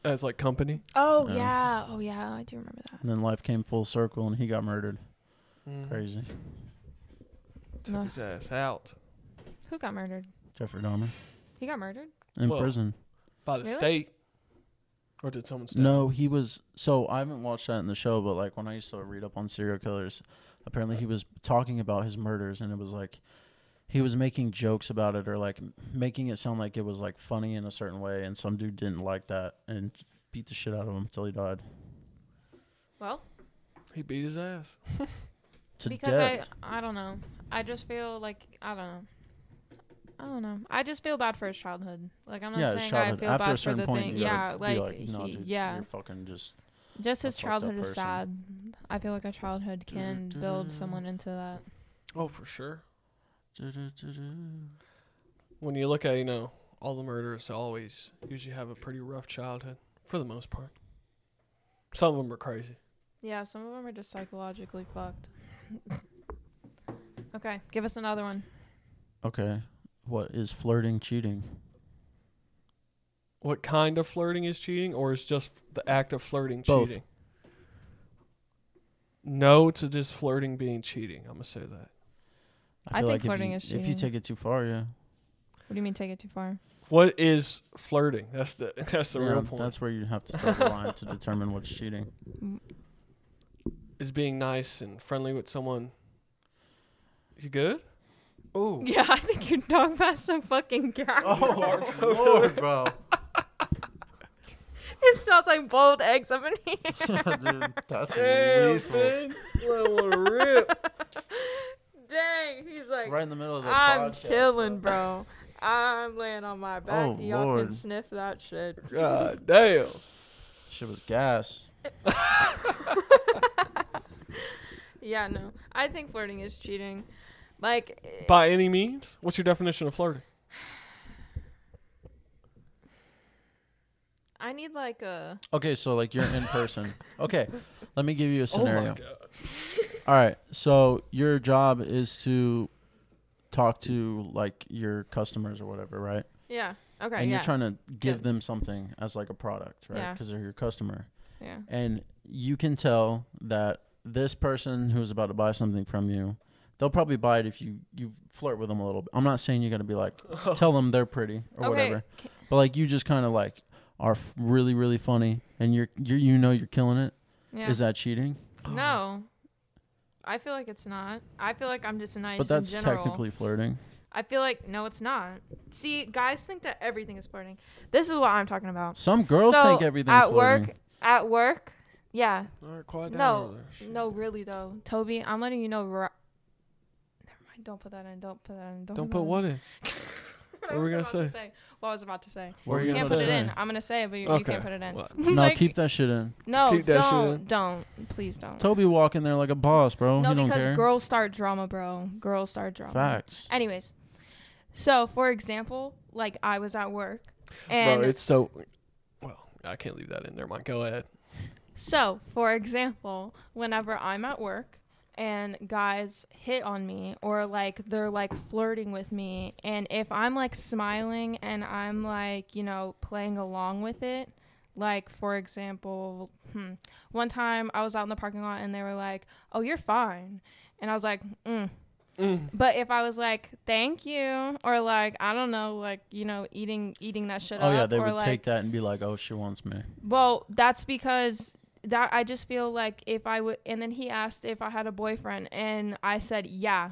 S1: as like company.
S3: oh
S2: Yeah.
S3: yeah oh yeah i do remember that
S2: And then life came full circle and he got murdered.
S1: Mm.
S2: Crazy.
S1: Took
S3: Ugh.
S1: his ass out.
S3: Who got murdered?
S2: Jeffrey Dahmer
S3: He got murdered.
S2: in
S1: Well,
S2: prison.
S1: by the
S3: Really?
S1: state, or did someone stab?
S2: No, he was. So I haven't watched that in the show, but like when I used to read up on serial killers, apparently he was talking about his murders, and it was like he was making jokes about it or like making it sound like it was like funny in a certain way, and some dude didn't like that and beat the shit out of him until he died
S3: Well,
S1: He beat his ass.
S2: to
S3: because
S2: death.
S3: I I don't know. I just feel like I don't know. I don't know. I just feel bad for his childhood. Like I'm not
S2: yeah, his
S3: saying I
S2: childhood.
S3: feel
S2: After
S3: bad
S2: a
S3: for
S2: certain
S3: the
S2: point,
S3: thing.
S2: you
S3: Yeah,
S2: gotta be
S3: like,
S2: like no,
S3: he-
S2: dude,
S3: yeah,
S2: you're fucking just
S3: just his
S2: a fucked up
S3: childhood is
S2: person.
S3: sad. I feel like a childhood can build someone into that.
S1: Oh, for sure. When you look at you know all the murderers, always usually have a pretty rough childhood for the most part. Some of them are crazy.
S3: Yeah, some of them are just psychologically fucked. okay, give us another one.
S2: okay. What is flirting cheating?
S1: What kind of flirting is cheating, or is just the act of flirting
S2: Both.
S1: cheating? No to just flirting being cheating. I'm gonna say that.
S3: I
S2: feel
S3: think
S2: if
S3: flirting
S2: you-
S3: is
S2: If you
S3: cheating.
S2: take it too far, yeah.
S3: What do you mean take it too far?
S1: What is flirting? That's the that's the
S2: Yeah,
S1: real point.
S2: That's where you have to draw the line to determine what's cheating.
S1: is being nice and friendly with someone. You good? Ooh.
S3: Yeah, I think your dog passed some fucking guy.
S1: Oh,
S2: Oh. Lord, bro.
S3: It smells like boiled eggs up in here.
S2: Dude, that's
S1: Damn,
S2: lethal.
S1: man. Let one rip.
S3: Dang, he's like,
S2: Right in the middle of the
S3: I'm
S2: podcast,
S3: chilling, bro. I'm laying on my back.
S2: Oh,
S3: Y'all
S2: Lord.
S3: can sniff that shit.
S1: God damn.
S2: Shit was gas.
S3: Yeah, no. I think flirting is cheating. Like, eh,
S1: By any means? What's your definition of flirting?
S3: I need like a.
S2: Okay, so like you're in person. Okay, let me give you a
S1: Oh my
S2: scenario.
S1: god.
S2: All right, so your job is to talk to like your customers or whatever, right?
S3: Yeah. Okay.
S2: and
S3: yeah.
S2: you're trying to give
S3: Yeah.
S2: them something as like a product, right?
S3: Yeah.
S2: Because they're your customer.
S3: yeah.
S2: and you can tell that this person who's about to buy something from you, they'll probably buy it if you you flirt with them a little bit. I'm not saying you're gonna be like tell them they're pretty or
S3: okay.
S2: whatever,
S3: ca-
S2: but like you just kind of like are f- really really funny and you're, you're you know you're killing it. Is
S3: Yeah.
S2: that cheating?
S3: no. I feel like it's not. I feel like I'm just nice.
S2: but that's
S3: in general.
S2: technically flirting.
S3: I feel like no, it's not. See, guys think that everything is flirting. This is what I'm talking about.
S2: Some girls
S3: So,
S2: think everything's
S3: at
S2: flirting.
S3: work. At work, yeah.
S1: All right, quiet down.
S3: No,
S1: over there.
S3: no, really though, Toby, I'm letting you know. Ri- Never mind. Don't put that in. Don't put that in. Don't,
S1: Don't
S3: that
S1: put
S3: in.
S1: what in?
S3: What
S1: were
S3: I
S1: we
S3: was
S1: gonna
S3: about to What I was about to say.
S2: What
S1: What
S2: were
S1: are
S3: You
S1: you
S3: can't
S1: gonna
S3: put it
S1: say?
S3: in. I'm gonna say it, but you, you
S1: Okay.
S3: can't put it in.
S1: What?
S2: No,
S3: Like,
S2: keep that shit in.
S3: No,
S1: keep that shit
S3: don't,
S1: in.
S3: don't, please don't.
S2: Toby walking there like a boss, bro.
S3: no,
S2: he don't
S3: because
S2: care.
S3: girls start drama, bro. Girls start drama.
S2: Facts.
S3: Anyways, so for example, like I was at work, and
S1: Bro, it's so well, I can't leave that in there, Mike. Go ahead.
S3: So, for example, whenever I'm at work and guys hit on me or like they're like flirting with me, and if I'm like smiling and I'm like, you know, playing along with it, like for example, hmm, one time I was out in the parking lot and they were like, oh, you're fine. And I was like, mm.
S1: Mm.
S3: But if I was like, thank you, or like, I don't know, like, you know, eating eating that shit
S2: Oh
S3: up.
S2: yeah, they
S3: or,
S2: would
S3: like,
S2: take that and be like, "Oh, she wants me."
S3: well, that's because that I just feel like if I would, and then he asked if I had a boyfriend, and I said yeah.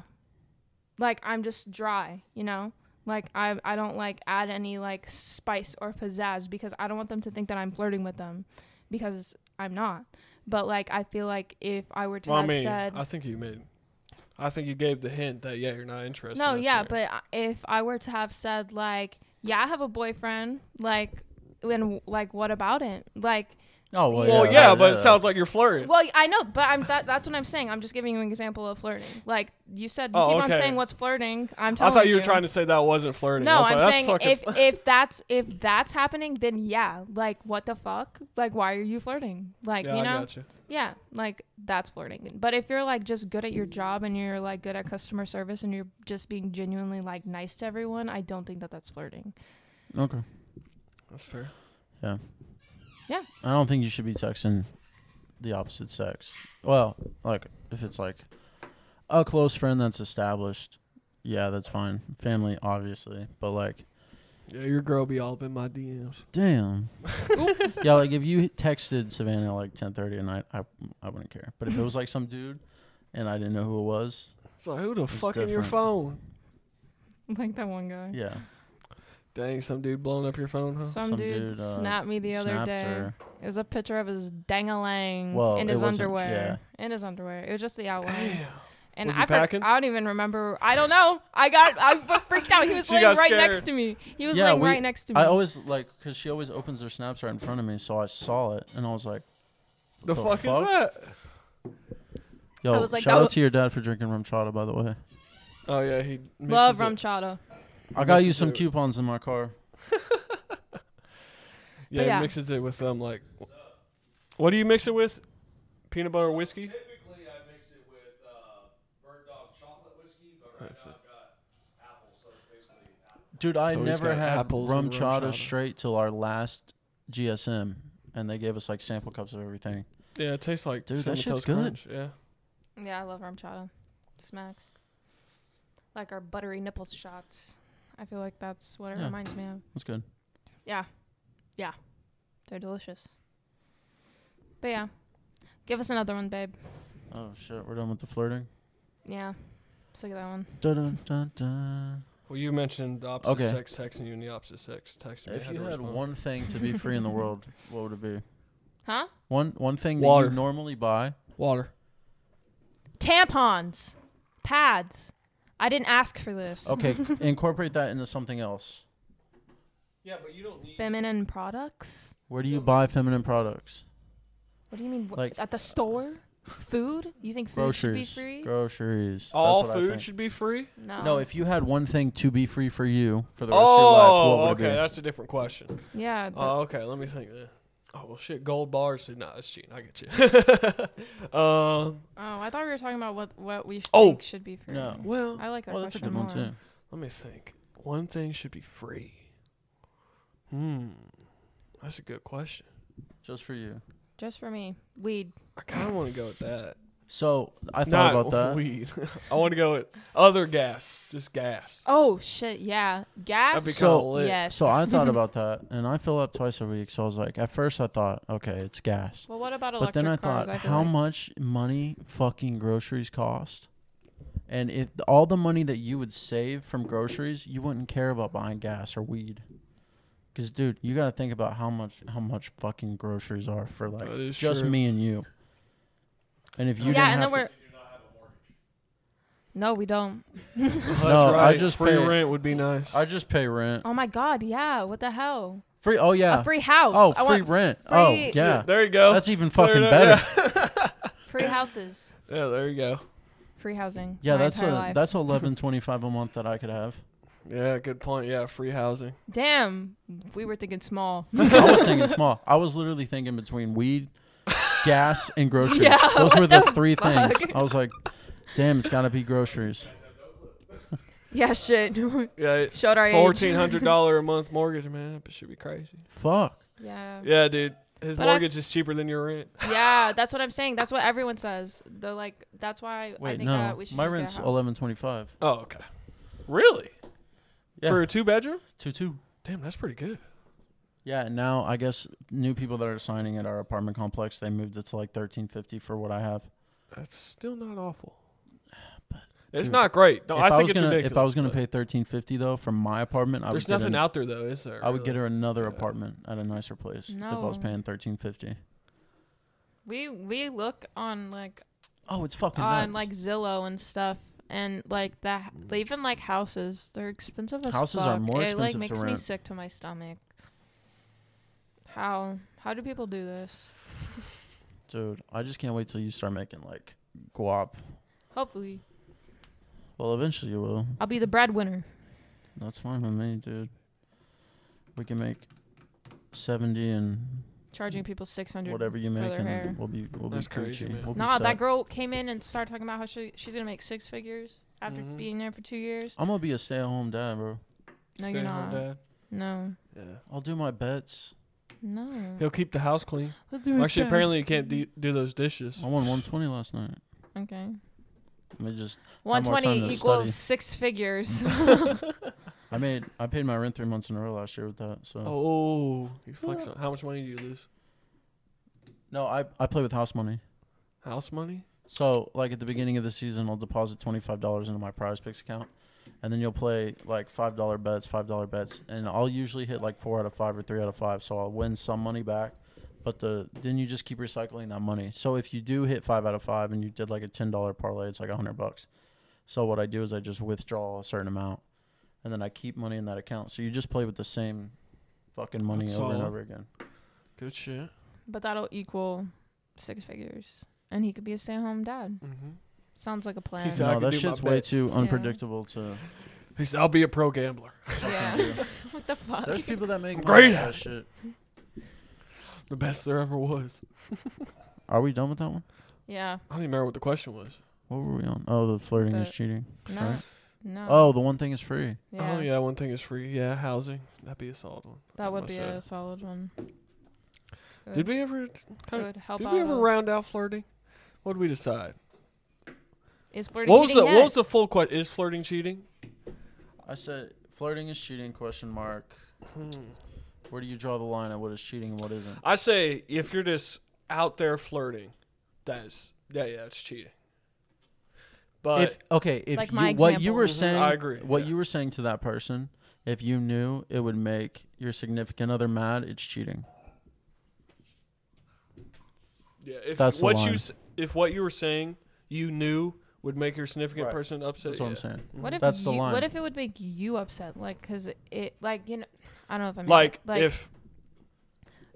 S3: Like I'm just dry, you know. Like I I don't like add any like spice or pizzazz because I don't want them to think that I'm flirting with them, because I'm not. But like I feel like if I were to
S1: Well, I
S3: have
S1: mean,
S3: said
S1: I think you made I think you gave the hint that yeah, you're not interested.
S3: no,
S1: in this
S3: yeah,
S1: scenario.
S3: but I- if I were to have said like yeah I have a boyfriend like and like what about it like
S2: Oh well,
S1: well,
S2: yeah,
S1: yeah,
S2: that-
S1: but it
S2: yeah.
S1: sounds like you're flirting.
S3: Well, I know, but I'm that, that's what I'm saying. I'm just giving you an example of flirting. Like you said, you
S1: Oh,
S3: keep
S1: okay.
S3: on saying what's flirting. I'm
S1: I
S3: telling
S1: thought you were trying to say that wasn't flirting. I
S3: No,
S1: was
S3: I'm
S1: like, that's
S3: saying
S1: fucking
S3: if if that's if that's happening, then yeah, like what the fuck? Like why are you flirting? Like
S1: yeah,
S3: you
S1: I
S3: know,
S1: got you.
S3: yeah, like that's flirting. But if you're like just good at your job and you're like good at customer service and you're just being genuinely like nice to everyone, I don't think that that's flirting.
S2: okay.
S1: That's fair.
S2: Yeah.
S3: Yeah.
S2: I don't think you should be texting the opposite sex. Well, like if it's like a close friend that's established, Yeah, that's fine. Family, obviously, but like,
S1: Yeah, your girl be all up in my DMs.
S2: damn. yeah, like if you texted Savannah at like ten thirty at night, I I wouldn't care. But if it was like some dude, and I didn't know who it was,
S1: It's like, who the
S2: It's
S1: fuck in your
S2: different.
S1: phone?
S3: like that one guy.
S2: yeah,
S1: Dang, some dude blowing up your phone, huh?
S3: Some,
S2: Some
S3: dude,
S2: dude, uh,
S3: snapped me the other
S2: snapped
S3: day.
S2: her.
S3: It was a picture of his dangalang
S2: Well,
S3: in
S2: it
S3: his
S2: wasn't-
S3: underwear. In his underwear. It was just the outline.
S1: Damn.
S3: And
S1: Was
S3: I,
S1: he
S3: for-
S1: packing?
S3: I don't even remember. I don't know. I got I w- freaked out. He was
S1: She
S3: laying
S1: got
S3: right
S1: scared.
S3: next to me. He was
S2: Yeah,
S3: laying
S2: we-
S3: right next to me.
S2: I always like because she always opens her snaps right in front of me, so I saw it and I was like,
S1: The,
S2: The
S1: fuck,
S2: fuck?
S1: is that?
S2: "Yo,
S3: was like, oh.
S2: shout
S3: that
S2: out
S3: wa-
S2: to your dad for drinking rum chata, by the way.
S1: Oh yeah, he
S3: Love
S1: mixes
S3: rum
S1: it.
S3: chata.
S2: I got
S1: Mixes
S2: you some
S1: it-
S2: coupons in my car.
S1: Yeah,
S3: yeah.
S1: he mixes it with um like. What do you mix it with? Peanut butter whiskey.
S4: Typically, I mix it with uh, Bird Dog chocolate whiskey, but right
S1: That's
S4: now I've got apple, so it's basically apple.
S2: Dude, I
S1: So he's
S2: never
S1: got
S2: had
S1: apples
S2: rum
S1: and rum
S2: chata
S1: chata.
S2: straight till our last GSM, and they gave us like sample cups of everything.
S1: Yeah, it tastes like
S2: Dude, that
S1: Cinnamon
S2: shit's
S1: Toast
S2: good.
S1: Crunch, Yeah.
S3: Yeah, I love rum chata. Smacks. Like our buttery nipple shots. I feel like that's what it
S2: Yeah.
S3: reminds me of.
S2: That's good.
S3: Yeah. Yeah. They're delicious. But yeah. Give us another one, babe.
S2: Oh shit, we're done with the flirting.
S3: Yeah. Let's look at that one.
S2: Dun, dun, dun, dun.
S1: Well, you mentioned the opposite
S2: Okay.
S1: sex texting you, and the opposite sex texting me.
S2: If
S1: how
S2: you
S1: to
S2: had
S1: respond.
S2: one thing to be free in the world, what would it be?
S3: Huh?
S2: One one thing
S1: Water.
S2: that you normally buy.
S1: water,
S3: Tampons. Pads. I didn't ask for this.
S2: Okay, incorporate that into something else.
S1: yeah, but you don't need.
S3: Feminine products?
S2: Where do you buy feminine products?
S3: What do you mean? wh-
S2: Like-
S3: at the store? Food? You think food should be
S2: Groceries.
S3: free?
S2: Groceries. That's
S1: All
S2: what I
S1: food
S2: think.
S1: should be free.
S3: no.
S2: No, if you had one thing to be free for you for the rest of your life,
S1: Oh,
S2: what would
S1: okay,
S2: it be?
S1: that's a different question.
S2: uh,
S3: yeah. but-
S1: Oh, okay. Let me think. Then. Oh well, shit. Gold bars. Nah, that's cheating. I get you. um.
S3: oh, I thought we were talking about what what we sh-
S1: Oh.
S3: think should be free.
S2: No.
S1: Well,
S3: I like that
S2: Well, that's a
S3: question
S2: good one
S3: more.
S2: too.
S1: let me think. One thing should be free. Hmm. That's a good question.
S2: Just for you.
S3: Just for me, weed.
S1: I kind of want to go with that.
S2: So I
S1: Not
S2: thought about that.
S1: Weed. I want to go with other gas. Just gas.
S3: Oh shit, yeah. Gas.
S1: That'd be
S2: So-
S1: kind of lit.
S3: yes.
S2: So I thought about that, and I fill up twice a week. So I was like, at first I thought, okay, it's gas,
S3: Well, what about
S2: but
S3: electric
S2: then I
S3: cars?
S2: thought,
S3: I feel
S2: how
S3: like-
S2: much money fucking groceries cost, and if all the money that you would save from groceries, you wouldn't care about buying gas or weed. Cause dude, you gotta think about how much how much fucking groceries are for like
S1: That is
S2: just
S1: true.
S2: me and you. And if you didn't
S3: Yeah, and
S2: have
S3: then
S2: to-
S3: we're. No, we don't.
S1: That's
S2: No, I
S1: right.
S2: just
S1: free
S2: pay-
S1: rent would be nice.
S2: I just pay rent.
S3: Oh my god, yeah. What the hell?
S2: Free oh yeah.
S3: A Uh, free house.
S2: oh,
S3: I
S2: free
S3: want
S2: rent. oh
S3: free-
S2: yeah.
S1: There you go.
S2: That's even
S1: Clear
S2: fucking
S1: it up.
S2: better.
S3: Free houses.
S1: Yeah. yeah. There you go.
S3: Free housing.
S2: Yeah,
S3: my
S2: that's a
S3: entire life.
S2: that's eleven twenty five a month that I could have.
S1: Yeah. Good point. Yeah. Free housing.
S3: Damn, we were thinking small.
S2: I was thinking small. I was literally thinking between weed, gas, and groceries.
S3: Yeah,
S2: Those were
S3: what
S2: the,
S3: the
S2: three
S3: fuck?
S2: things. I was like, damn, it's gotta be groceries.
S3: yeah, shit.
S1: Yeah.
S3: Showed our
S1: Fourteen
S3: age.
S1: hundred dollar a month mortgage, man. That should be crazy.
S2: Fuck.
S3: Yeah.
S1: Yeah, dude. His
S3: But I-
S1: mortgage is cheaper than your rent.
S3: Yeah, that's what I'm saying. That's what everyone says. They're like, that's why I
S2: Wait,
S3: think
S2: no.
S3: that we should.
S2: My
S3: just get a
S2: rent's
S3: house.
S2: eleven twenty five.
S1: Oh, okay. Really?
S2: Yeah.
S1: For a two bedroom?
S2: Two two.
S1: Damn, that's pretty good.
S2: Yeah, and now I guess new people that are signing at our apartment complex, they moved it to like thirteen fifty for what I have.
S1: That's still not awful. it's
S2: dude,
S1: not great. No,
S2: if
S1: I think
S2: was
S1: it's
S2: gonna
S1: ridiculous.
S2: if I was gonna
S1: but
S2: pay thirteen fifty though for my apartment, I
S1: there's
S2: would get
S1: nothing
S2: an-
S1: out there though, is there?
S2: I would get
S1: really?
S2: her another
S1: Yeah.
S2: apartment at a nicer place if I was
S3: No.
S2: paying thirteen fifty.
S3: We we look on like
S2: Oh, it's fucking
S3: on
S2: nuts.
S3: like Zillow Uh, and stuff, and like that.
S1: Mm.
S3: They even like houses. They're expensive as
S2: Houses are
S3: fuck.
S2: more
S3: It like
S2: expensive to
S3: makes me
S2: rent.
S3: sick to my stomach. How how do people do this?
S2: Dude, I just can't wait till you start making like guap.
S3: Hopefully,
S2: Well, eventually you will.
S3: I'll be the breadwinner.
S2: That's fine with me, dude. We can make seventy and
S3: charging people six hundred.
S2: whatever you
S3: for
S2: make,
S3: their
S2: and
S3: hair.
S2: we'll be we'll
S1: That's
S2: be
S1: crazy,
S2: Gucci.
S1: man.
S2: We'll be
S3: Nah,
S2: set.
S3: that girl came in and started talking about how she she's gonna make six figures after
S1: Mhm.
S3: being there for two years.
S2: I'm gonna be a stay-at-home dad, bro.
S3: No, you're
S1: Stay-at-home
S3: not. Mm.
S1: dad.
S3: No,
S1: Yeah.
S2: I'll do my bets.
S3: no.
S1: He'll keep the house clean. Actually, apparently he can't do, do those dishes.
S2: I won one twenty last night.
S3: Okay.
S2: I mean, just One more time
S3: 120
S2: to
S3: equals
S2: study.
S3: six figures.
S2: I made I paid my rent three months in a row last year with that. So
S1: Oh, you flex. How much money do you lose?
S2: no, I I play with house money.
S1: House money?
S2: So like at the beginning of the season, I'll deposit twenty five dollars into my Prize Picks account, and then you'll play like five dollar bets, five dollar bets, and I'll usually hit like four out of five or three out of five. So I'll win some money back, but the then you just keep recycling that money. So if you do hit five out of five and you did like a ten dollar parlay, it's like a hundred bucks. So what I do is I just withdraw a certain amount, and then I keep money in that account. So you just play with the same fucking money
S1: That's
S2: over and
S1: solid.
S2: over again.
S1: Good shit.
S3: but that'll equal six figures. And he could be a stay at home dad.
S1: Mm-hmm.
S3: Sounds like a plan.
S1: So I
S2: No,
S1: can
S2: that
S1: do my
S2: shit's way
S1: bets.
S2: too
S3: Yeah.
S2: unpredictable to.
S1: He said, "I'll be a pro gambler."
S3: yeah. what the fuck?
S2: There's people that make
S1: I'm
S2: money
S1: great
S2: off
S1: at
S2: that shit.
S1: The best there ever was.
S2: Are we done with that one?
S3: Yeah.
S1: I don't even remember what the question was.
S2: What were we on? Oh, the flirting is
S3: The-
S2: cheating.
S3: No.
S2: Right?
S1: um,
S3: No.
S2: Oh, the one thing is free.
S3: Yeah.
S1: Oh yeah, one thing is free. Yeah, housing. That'd be a solid one. I
S3: That would
S1: must
S3: be
S1: say.
S3: a solid one. It
S1: Did
S3: would-
S1: we ever?
S3: It
S1: how-
S3: would help
S1: Did
S3: out.
S1: we ever
S3: a-
S1: round out flirting? What did we decide?
S3: Is flirting
S1: What was the
S3: cheating?
S1: What was the
S3: Yes.
S1: full question? Is flirting cheating?
S2: I said flirting is cheating? Question mark.
S3: Hmm.
S2: Where do you draw the line at what is cheating and what isn't?
S1: I say if you're just out there flirting, that's yeah, yeah, it's cheating. But
S2: if okay, if
S3: Like
S2: you,
S3: my
S2: what you were
S1: example. Mhm,
S2: saying,
S1: I agree,
S2: What
S1: yeah.
S2: you were saying to that person, if you knew it would make your significant other mad, it's cheating.
S1: yeah, if
S2: that's the
S1: what
S2: line.
S1: you s- if what you were saying you knew would make your significant
S2: Right.
S1: person upset.
S2: That's what I'm
S1: yeah.
S2: saying.
S3: What if
S2: That's the
S3: you-
S2: line.
S3: What if it would make you upset? Like, cause it, like, you know, I don't know if I'm
S1: Like, if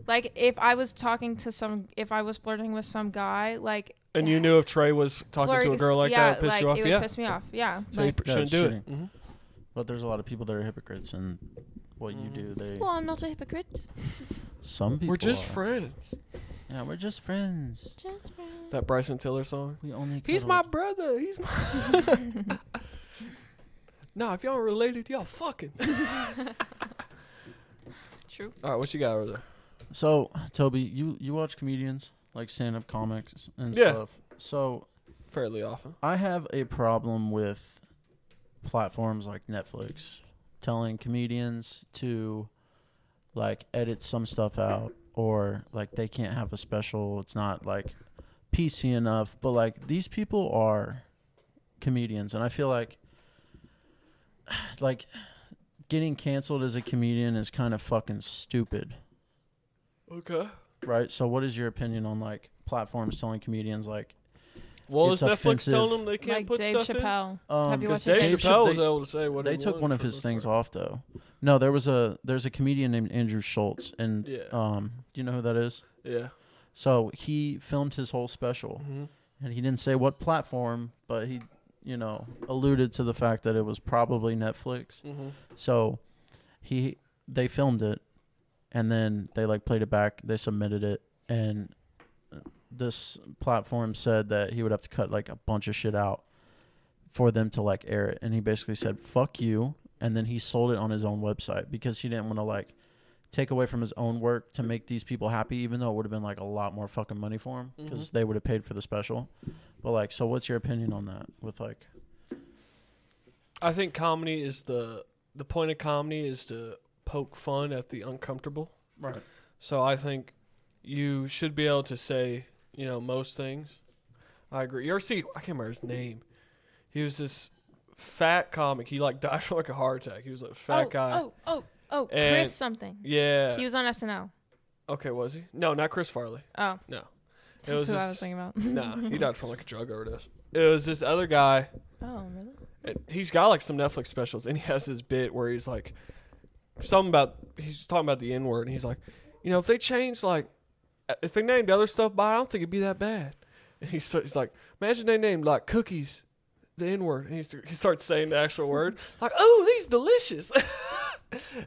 S3: like if I was talking to some, if I was flirting with some guy, like
S1: and you knew if Trey was talking to a
S3: flirting-
S1: girl like
S3: yeah,
S1: that, it pissed
S3: like
S1: you off.
S3: it would
S1: yeah,
S3: piss me off. Yeah,
S1: so
S3: like-
S1: you
S2: Yeah,
S1: shouldn't
S2: it's
S1: do
S2: cheating.
S1: it. Mhm.
S2: But there's a lot of people that are hypocrites, and what you do,
S1: Mm.
S2: they
S3: well, I'm not a hypocrite.
S2: some people
S1: We're just
S2: are.
S1: friends.
S2: Yeah, we're just friends.
S3: Just friends.
S1: That Bryson Tiller song.
S2: We only.
S1: He's my
S2: cuddled.
S1: brother. He's my. nah, if y'all related, y'all fucking.
S3: True.
S1: All right, what you got over there?
S2: So, Toby, you you watch comedians like stand up comics and
S1: Yeah.
S2: stuff. So,
S1: Fairly often.
S2: I have a problem with platforms like Netflix telling comedians to like edit some stuff out or like they can't have a special. It's not like PC enough, but like these people are comedians and I feel like like getting canceled as a comedian is kind of fucking stupid
S1: Okay.
S2: right? So, what is your opinion on like platforms telling comedians like?
S1: Well,
S2: It's
S1: is Netflix
S2: offensive.
S1: telling them they can't
S3: like
S1: put
S3: Dave
S1: stuff
S3: Chappelle.
S2: Um,
S3: Have you
S1: 'Cause
S3: watched
S1: Dave
S3: Dave
S2: Dave
S1: Chappelle
S2: Chapp-
S1: was able to say what
S2: they
S1: he
S2: took
S1: wanted
S2: one of
S1: for the
S2: his
S1: most
S2: things
S1: part.
S2: off though. No, there was a there's a comedian named Andrew Schultz, and
S1: Yeah.
S2: um, do you know who that is?
S1: Yeah.
S2: So he filmed his whole special,
S1: Mm-hmm.
S2: and he didn't say what platform, but he you know alluded to the fact that it was probably Netflix.
S1: Mm-hmm.
S2: So he they filmed it and then they like played it back, they submitted it and this platform said that he would have to cut like a bunch of shit out for them to like air it and he basically said fuck you and then he sold it on his own website because he didn't want to like take away from his own work to make these people happy even though it would have been like a lot more fucking money for him because
S1: Mhm.
S2: they would have paid for the special but like so what's your opinion on that with like
S1: I think comedy is the the point of comedy is to poke fun at the uncomfortable.
S2: right
S1: So I think you should be able to say, you know, most things. I agree. You ever see, I can't remember his name. He was this fat comic. He like died from like a heart attack. He was a fat
S3: oh,
S1: guy.
S3: Oh, oh, oh,
S1: And-
S3: Chris something.
S1: Yeah.
S3: He was on SNL.
S1: okay, was he? No, not Chris Farley.
S3: Oh,
S1: It was
S3: that's what I was
S1: this,
S3: thinking about.
S1: nah, he died from like a drug overdose. It was this other guy.
S3: Oh, really?
S1: and He's got like some Netflix specials and he has this bit where he's like, something about, he's talking about the N word and he's like, you know, if they changed like, uh, if they named other stuff by, it, I don't think it'd be that bad. And he's, he's like, imagine they named like cookies the N word. And he's, he starts saying the actual word, like, oh, these delicious.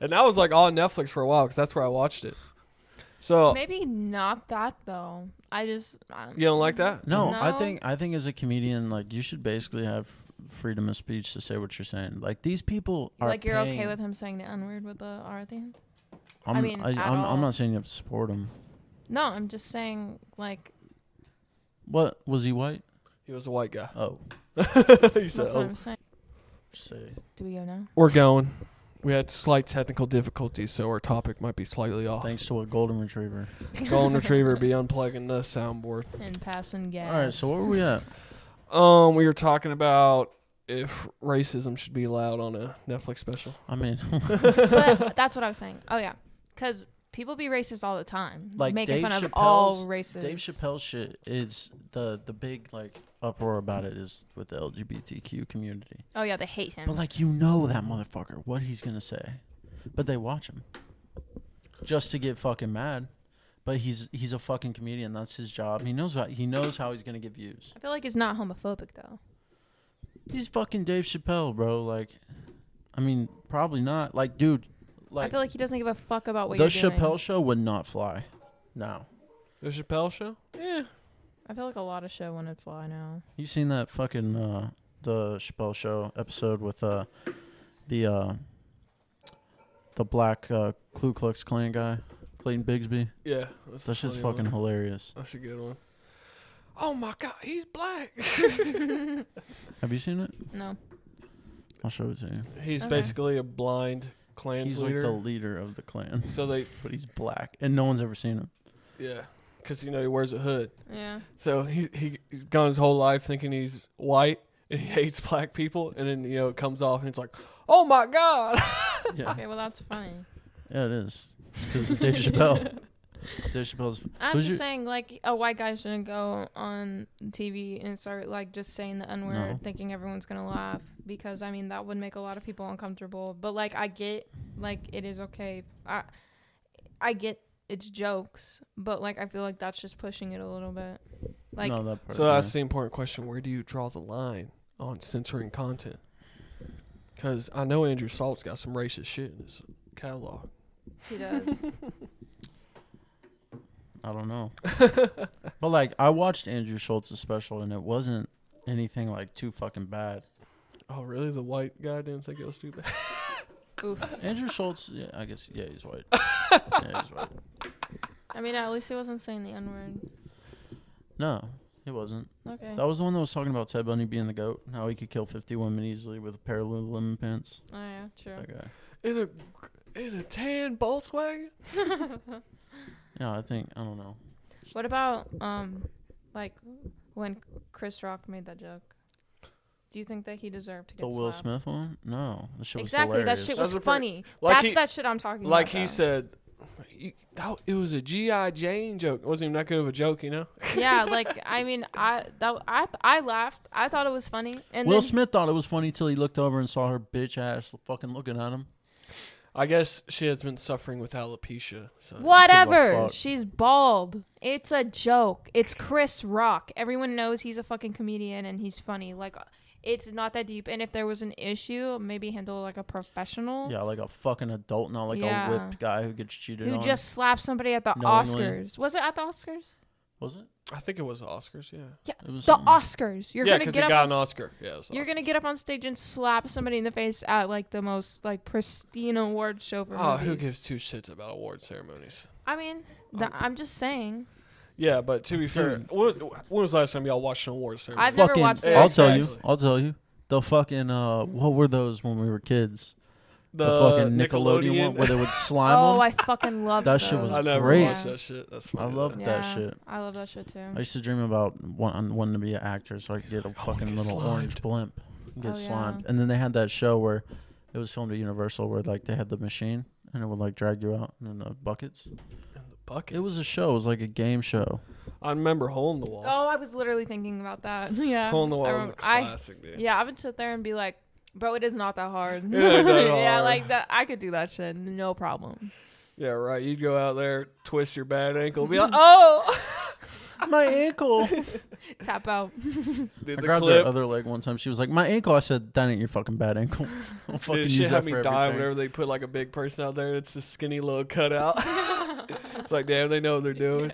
S1: and that was like on Netflix for a while because that's where I watched it. So,
S3: Maybe not that though. I just I don't
S1: Oh. you don't like that?
S2: No, I
S3: No?
S2: think I think as a comedian, like you should basically have freedom of speech to say what you're saying. Like these people are
S3: like you're okay
S2: paying-
S3: with him saying the N word with the R at the end.
S2: I'm,
S3: mean,
S2: I,
S3: at
S2: am
S3: all.
S2: I'm not saying you have to support them.
S3: No, I'm just saying like
S2: What was he white?
S1: He was a white guy.
S2: Oh,
S1: he said,
S3: That's what
S1: oh,
S3: I'm saying.
S2: Say.
S3: Do we go now?
S1: "We're going." We had slight technical difficulties, so our topic might be slightly off.
S2: Thanks to a golden retriever.
S1: Golden Retriever be unplugging the soundboard.
S3: And passing gas.
S2: All right, so where were we at?
S1: Um, we were talking about if racism should be allowed on a Netflix special.
S2: I mean,
S3: but that's what I was saying. Oh yeah, because people be racist all the time,
S2: Like
S3: making
S2: Dave
S3: fun of all
S2: Chappelle's-
S3: races.
S2: Dave Chappelle shit is the the big like uproar about it is with the LGBTQ community.
S3: Oh yeah, they hate him.
S2: But like you know that motherfucker what he's gonna say, but they watch him just to get fucking mad. But he's he's a fucking comedian. That's his job. He knows what he knows how he's gonna get views.
S3: I feel like it's not homophobic though.
S2: He's fucking Dave Chappelle, bro. Like, I mean, probably not. Like, dude,
S3: I
S2: like,
S3: feel like he doesn't give a fuck about what
S2: the
S3: you're doing.
S2: Chappelle show would not fly. No,
S1: The Chappelle Show. Yeah.
S3: I feel like a lot of show wanted to fly now.
S2: you seen that fucking uh the Chappelle show episode with uh the uh the black uh, Ku Klux Klan guy, Clayton Bigsby.
S1: Yeah. That's,
S2: That's just
S1: funny
S2: fucking
S1: One.
S2: hilarious.
S1: That's a good one. Oh my God, he's black.
S2: Have you seen it?
S3: No,
S2: I'll show it to you.
S1: He's
S3: Okay.
S1: basically a blind Klan
S2: he's
S1: leader.
S2: like the leader of the clan,
S1: so they,
S2: but he's black, and no one's ever seen him.
S1: yeah, because you know he wears a hood.
S3: yeah,
S1: So he, he he's gone his whole life thinking he's white and he hates black people, and then you know it comes off and it's like, oh my God.
S2: Yeah,
S3: okay, well that's funny.
S2: yeah, it is. Because it's Dave Chappelle. Dave Chappelle's.
S3: I'm
S2: Who's
S3: just
S2: your-
S3: saying, like, a white guy shouldn't go on TV and start like just saying the N word,
S2: No.
S3: thinking everyone's gonna laugh, because I mean that would make a lot of people uncomfortable. But like, I get, like, it is okay. I, I get it's jokes, but like, I feel like that's just pushing it a little bit. Like,
S2: no, that part.
S1: So
S2: yeah.
S1: that's the important question. Where do you draw the line on censoring content? Because I know Andrew Salt's got some racist shit in his catalog.
S3: he does.
S2: I don't know. but like I watched Andrew Schultz's special and it wasn't anything like too fucking bad.
S1: Oh, really? The white guy didn't think it was too bad?
S3: Oof.
S2: Andrew Schultz, yeah, I guess yeah, he's white. yeah, he's white.
S3: I mean, at least he wasn't saying the N word.
S2: No, he wasn't.
S3: Okay.
S2: That was the one that was talking about Ted Bundy being the goat and how he could kill fifty women easily with a pair of lemon pants.
S3: Oh yeah, true.
S2: That guy.
S1: In a in a tan Volkswagen?
S2: Yeah, I think I don't know.
S3: What about um, like when Chris Rock made that joke? Do you think that he deserved to get
S2: The Will
S3: slapped?
S2: Smith one? No, the shit was
S3: Exactly, that
S2: hilarious.
S3: shit
S1: That's
S3: was
S1: a pretty-
S3: funny.
S1: like
S3: That's
S1: he-
S3: that shit I'm talking
S1: Like
S3: about.
S1: he
S3: though.
S1: said, he- that- it was a GI Jane joke. It wasn't even that good of a joke, you know.
S3: yeah, like I mean, I that I th- I laughed. I thought it was funny. And
S2: Will
S3: then,
S2: Smith thought it was funny till he looked over and saw her bitch ass fucking looking at him.
S1: I guess she has been suffering with alopecia. So
S3: Whatever.
S2: fuck.
S3: She's bald. It's a joke. It's Chris Rock. Everyone knows he's a fucking comedian and he's funny. Like it's not that deep. And if there was an issue, maybe handle like a professional
S2: Yeah, like a fucking adult, not like
S3: Mm. Yeah.
S2: a whipped guy who gets cheated
S3: who
S2: on.
S3: just slapped somebody at the
S2: Knowingly.
S3: Oscars. Was it at the Oscars?
S2: was it?
S1: I think it was Oscars. Yeah.
S2: It was
S3: The
S2: something.
S3: Oscars. You're
S1: yeah,
S3: gonna
S1: because
S3: get
S1: it
S3: up
S1: got
S3: on
S1: an Oscar. Yeah. It was
S3: You're
S1: Oscar.
S3: gonna get up on stage and slap somebody in the face at like the most like pristine award show for
S1: Oh,
S3: movies.
S1: who gives two shits about award ceremonies?
S3: I mean, th- I'm just saying.
S1: Yeah, but to be fair,
S2: Dude.
S1: when was, when was the last time y'all watched an award ceremony?
S3: I've never
S2: fucking-
S3: watched
S1: that.
S2: I'll tell you.
S1: Exactly.
S2: I'll tell you. The fucking uh, what were those when we were kids? The, fucking Nickelodeon, one where they would slime
S3: Oh,
S2: them.
S3: I fucking love
S2: That shit was
S1: I never
S2: great.
S1: watched
S3: Yeah.
S1: that shit. That's funny.
S2: love
S1: though.
S2: that shit.
S3: I love that shit too.
S2: I, used to dream about wanting wanting to be an actor so I could get a fucking
S1: get
S2: little
S1: slimed.
S2: orange blimp, and get
S3: Oh, yeah.
S2: slimed. And then they had that show where it was filmed at Universal where like they had the machine and it would like drag you out in the buckets.
S1: In the bucket.
S2: It was a show. It was like a game show.
S1: I remember hole in the wall.
S3: oh, I was literally thinking about that. Yeah.
S1: hole in the wall
S3: I
S1: was a
S3: rem- I-
S1: classic, dude.
S3: yeah, I would sit there and be like, bro, it is not that hard.
S1: It ain't that
S3: yeah,
S1: hard.
S3: like that. I could do that shit, no problem.
S1: Yeah, right. You'd go out there, twist your bad ankle, be like, oh,
S2: My ankle.
S3: Tap out.
S1: did
S2: I
S1: the
S2: grabbed
S1: clip.
S2: her other leg one time. She was like, "My ankle." I said, "That ain't your fucking bad ankle." I'll fucking
S1: Dude,
S2: use
S1: shit
S2: that
S1: had me
S2: for
S1: die
S2: everything.
S1: whenever they put like a big person out there. It's a skinny little cutout. it's like, damn, they know what they're doing.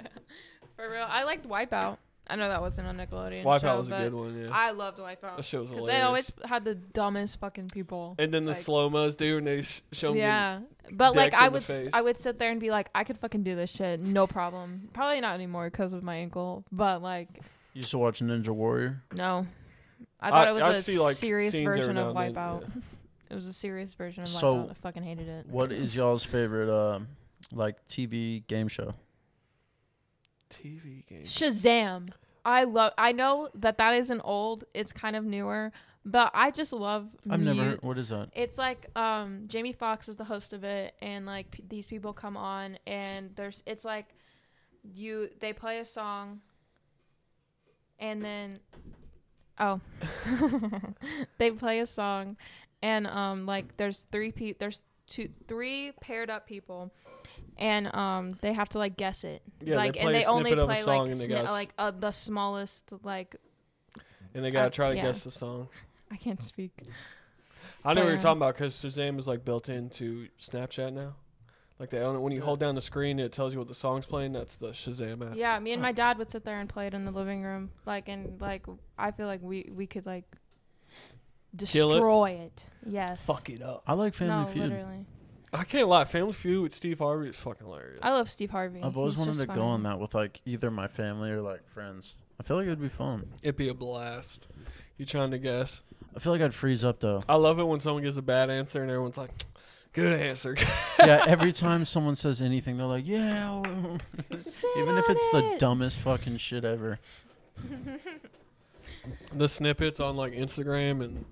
S3: For real, I liked Wipeout. I know that wasn't on Nickelodeon.
S1: Wipeout
S3: show,
S1: was a
S3: but
S1: good one, yeah.
S3: I loved Wipeout.
S1: That shit was
S3: they
S1: hilarious.
S3: always had the dumbest fucking people.
S1: and then the
S3: like-
S1: slow mos, dude, and they sh- show me.
S3: yeah, but like
S1: decked in
S3: I
S1: the
S3: would s-
S1: face.
S3: I would sit there and be like, I could fucking do this shit, no problem. Probably not anymore because of my ankle, but like
S2: You used to watch Ninja Warrior.
S3: no, I thought it was
S1: I
S3: a
S1: see, like,
S3: serious
S1: scenes every
S3: version of
S1: now and then,
S3: Wipeout.
S1: yeah.
S3: It was a serious version of
S2: So-
S3: Wipeout. I fucking hated it.
S2: What is y'all's favorite, um, like TV game show?
S1: TV game.
S3: Shazam. I love. I know that that isn't old. It's kind of newer, but I just love.
S2: I've never.
S3: mu-
S2: heard- What is that?
S3: It's like um, Jamie Foxx is the host of it, and like p- these people come on, and there's it's like you they play a song, and then oh, they play a song, and um like there's three pe there's two three paired up people, and um they have to like guess it
S1: Yeah, they
S3: like
S1: play
S3: and
S1: a
S3: they only
S1: snippet of a
S3: play
S1: song
S3: like
S1: and they
S3: sni-
S1: gotta s-
S3: like uh, the smallest like
S1: And they gotta
S3: I-
S1: try to
S3: yeah.
S1: guess the song.
S3: I can't speak.
S1: I know what you're
S3: But-
S1: talking about because Shazam is like built into Snapchat now. Like they own it. When you hold down the screen, it tells you what the song's playing. That's the Shazam app.
S3: Yeah, me and my dad would sit there and play it in the living room, like and like I feel like we we could like
S1: Kill it?
S3: destroy it. Yes.
S1: it up.
S2: I like Family
S3: no,
S2: Feud.
S3: literally.
S1: I can't lie. Family Feud with Steve Harvey is fucking hilarious.
S3: I love Steve Harvey.
S2: I've always
S3: He's
S2: wanted
S3: just
S2: to
S3: funny.
S2: go on that with like either my family or like friends. I feel like it would be fun.
S1: It'd be a blast. You trying to guess?
S2: I feel like I'd freeze up though.
S1: I love it when someone gives a bad answer and everyone's like, "Good answer."
S2: yeah, every time someone says anything, they're like, "Yeah,"
S3: Sit
S2: even if
S3: on
S2: it's the
S3: it.
S2: dumbest fucking shit ever.
S1: the snippets on like Instagram and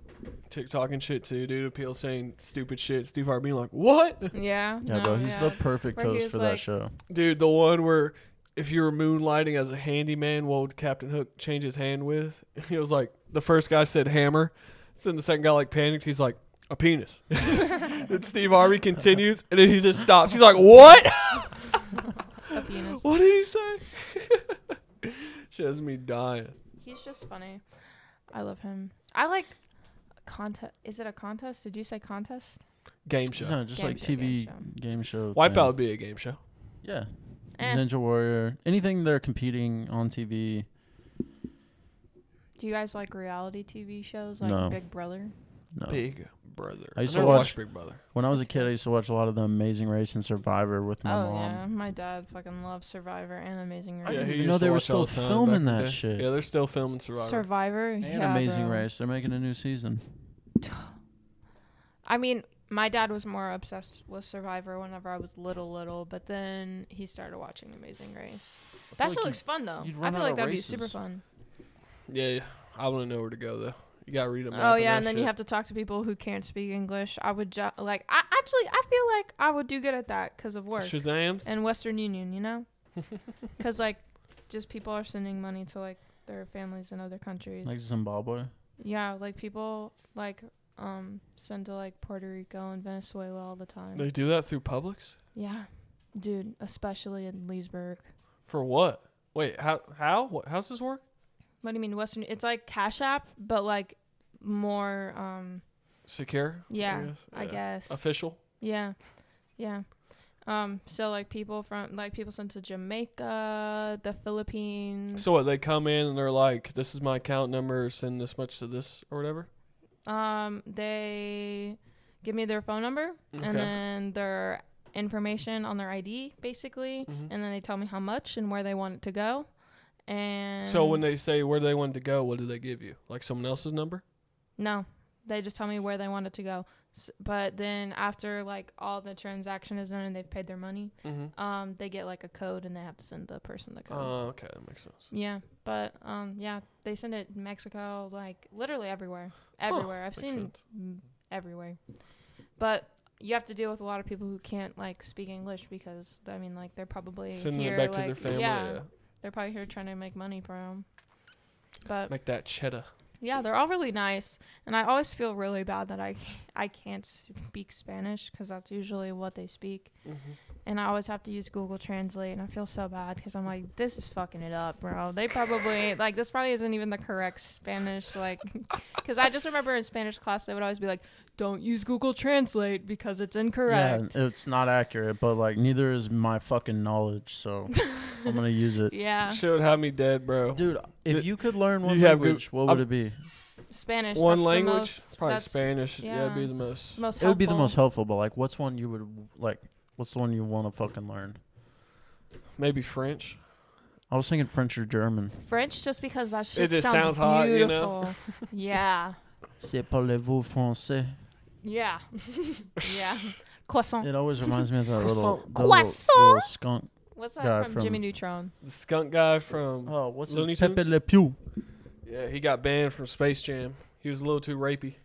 S1: TikTok and shit too, dude. Of People saying stupid shit. Steve Harvey being like, "What?"
S3: Yeah.
S2: Yeah,
S3: no,
S2: bro, he's the
S3: yeah.
S2: perfect
S3: Where he
S2: host
S3: was
S2: for
S3: like-
S2: that show.
S1: Dude, the one where if you were moonlighting as a handyman, what would Captain Hook change his hand with? He was like, the first guy said hammer. So then the second guy like panicked. He's like, a penis. then Steve Harvey continues, and then he just stops. He's like, what?
S3: A penis.
S1: what did he say? she has me dying.
S3: He's just funny. I love him. I like contest. Is it a contest? Did you say contest?
S1: Game show.
S2: No, just
S3: Game
S2: like
S3: show,
S2: TV
S3: game
S2: game show.
S1: Wipeout
S2: thing.
S1: would be a game show.
S2: Yeah.
S3: Eh.
S2: Ninja Warrior. Anything they're competing on TV.
S3: Do you guys like reality TV shows like
S2: No.
S3: Big Brother?
S2: No.
S1: Big Brother.
S2: Oh. I used to
S1: never watched
S2: watch-
S1: Big Brother.
S2: When I was a kid, I used to watch a lot of The Amazing Race and Survivor with my
S3: oh
S2: mom.
S3: yeah, my dad fucking loves Survivor and Amazing
S2: I
S3: Race.
S1: Yeah,
S2: didn't
S1: he
S2: even know
S1: used to
S2: they were
S1: watch all the time back
S2: still
S1: in
S2: filming
S1: the
S2: that
S1: day.
S2: shit.
S1: Yeah, they're still filming Survivor.
S3: Survivor
S2: And
S3: yeah,
S2: Amazing
S3: bro.
S2: Race. They're making a new season.
S3: I mean, my dad was more obsessed with Survivor whenever I was little, little, but then he started watching Amazing Race. That
S2: like
S3: show
S2: you'd-
S3: looks fun though.
S2: you'd
S3: I
S2: run
S3: feel
S2: out
S3: like
S2: of
S3: that'd
S2: races.
S3: be super fun.
S1: Yeah, yeah. I wouldn't know where to go though. You gotta read them.
S3: Oh yeah, and then you have to talk to people who can't speak English. I would ju- like I actually I feel like I would do good at that because of work
S1: Shazam's.
S3: and Western Union, you know, because like just people are sending money to like their families in other countries.
S2: Like Zimbabwe.
S3: yeah, like people like um send to like Puerto Rico and Venezuela all the time.
S1: They do that through Publix
S3: Yeah, dude, especially in Leesburg.
S1: for what? Wait, how? How? What? How's this work?
S3: What do you mean Western? It's like Cash App, but like more. Um,
S1: Secure?
S3: yeah, I
S1: Yeah.
S3: guess.
S1: Official?
S3: yeah, yeah. Um, so like people from like people sent to Jamaica, the Philippines.
S1: So what? They come in and they're like, "This is my account number. Send this much to this or whatever."
S3: um they give me their phone number
S1: Okay.
S3: and then their information on their ID basically,
S1: Mhm.
S3: and then they tell me how much and where they want it to go. And
S1: So when they say where they want to go, what do they give you? Like someone else's number?
S3: No, they just tell me where they want it to go. S- but then after like all the transaction is done and they've paid their money,
S1: Mm-hmm.
S3: um, they get like a code and they have to send the person the
S1: Oh,
S3: code.
S1: okay, that makes sense.
S3: yeah, but um, yeah, they send it in Mexico, like literally everywhere, everywhere. I've
S1: makes
S3: seen
S1: sense.
S3: m everywhere, but you have to deal with a lot of people who can't like speak English because I mean, like they're probably
S1: Sending
S3: here,
S1: it back to
S3: like,
S1: their family.
S3: Yeah,
S1: Yeah.
S3: they're probably here trying to make money from. But
S1: Make that cheddar.
S3: yeah, they're all really nice, and I always feel really bad that I I can't speak Spanish because that's usually what they speak, and I always have to use Google Translate, and I feel so bad because I'm like, this is fucking it up, bro. They probably like this probably isn't even the correct Spanish, like, because I just remember in Spanish class they would always be like, don't use Google Translate because it's incorrect.
S2: Yeah, it's not accurate, but like neither is my fucking knowledge, so I'm gonna use it.
S3: Yeah,
S1: Shit would have me dead, bro.
S2: Dude,
S1: Th-
S2: if you could learn one
S1: you have good-
S2: language, what would
S1: I'm-
S2: it be?
S3: Spanish.
S1: One
S3: that's the
S1: language,
S3: most-
S1: probably
S3: that's-
S1: Spanish. Yeah. it'd be
S3: yeah.
S1: the
S3: it's
S1: most.
S3: the most
S2: It would be the most
S3: helpful.
S2: helpful, but like, what's one you would like? What's the one you want to fucking learn?
S1: Maybe French.
S2: I was thinking French or German.
S3: French, just because that shit
S1: just
S3: sounds,
S1: sounds hot, you know?
S3: beautiful. yeah,
S2: C'est parlez-vous français?
S3: yeah, yeah. Croissant.
S2: It always reminds me of that little,
S1: Croissant.
S2: the little, little
S3: Croissant.
S2: skunk.
S3: What's that
S2: guy
S3: from,
S2: from-
S3: Jimmy Neutron?
S1: The skunk guy from
S2: Oh, what's
S1: his- Looney
S2: his
S1: Tunes?
S2: Pepe Le Pew?
S1: yeah, he got banned from Space Jam. He was a little too rapey.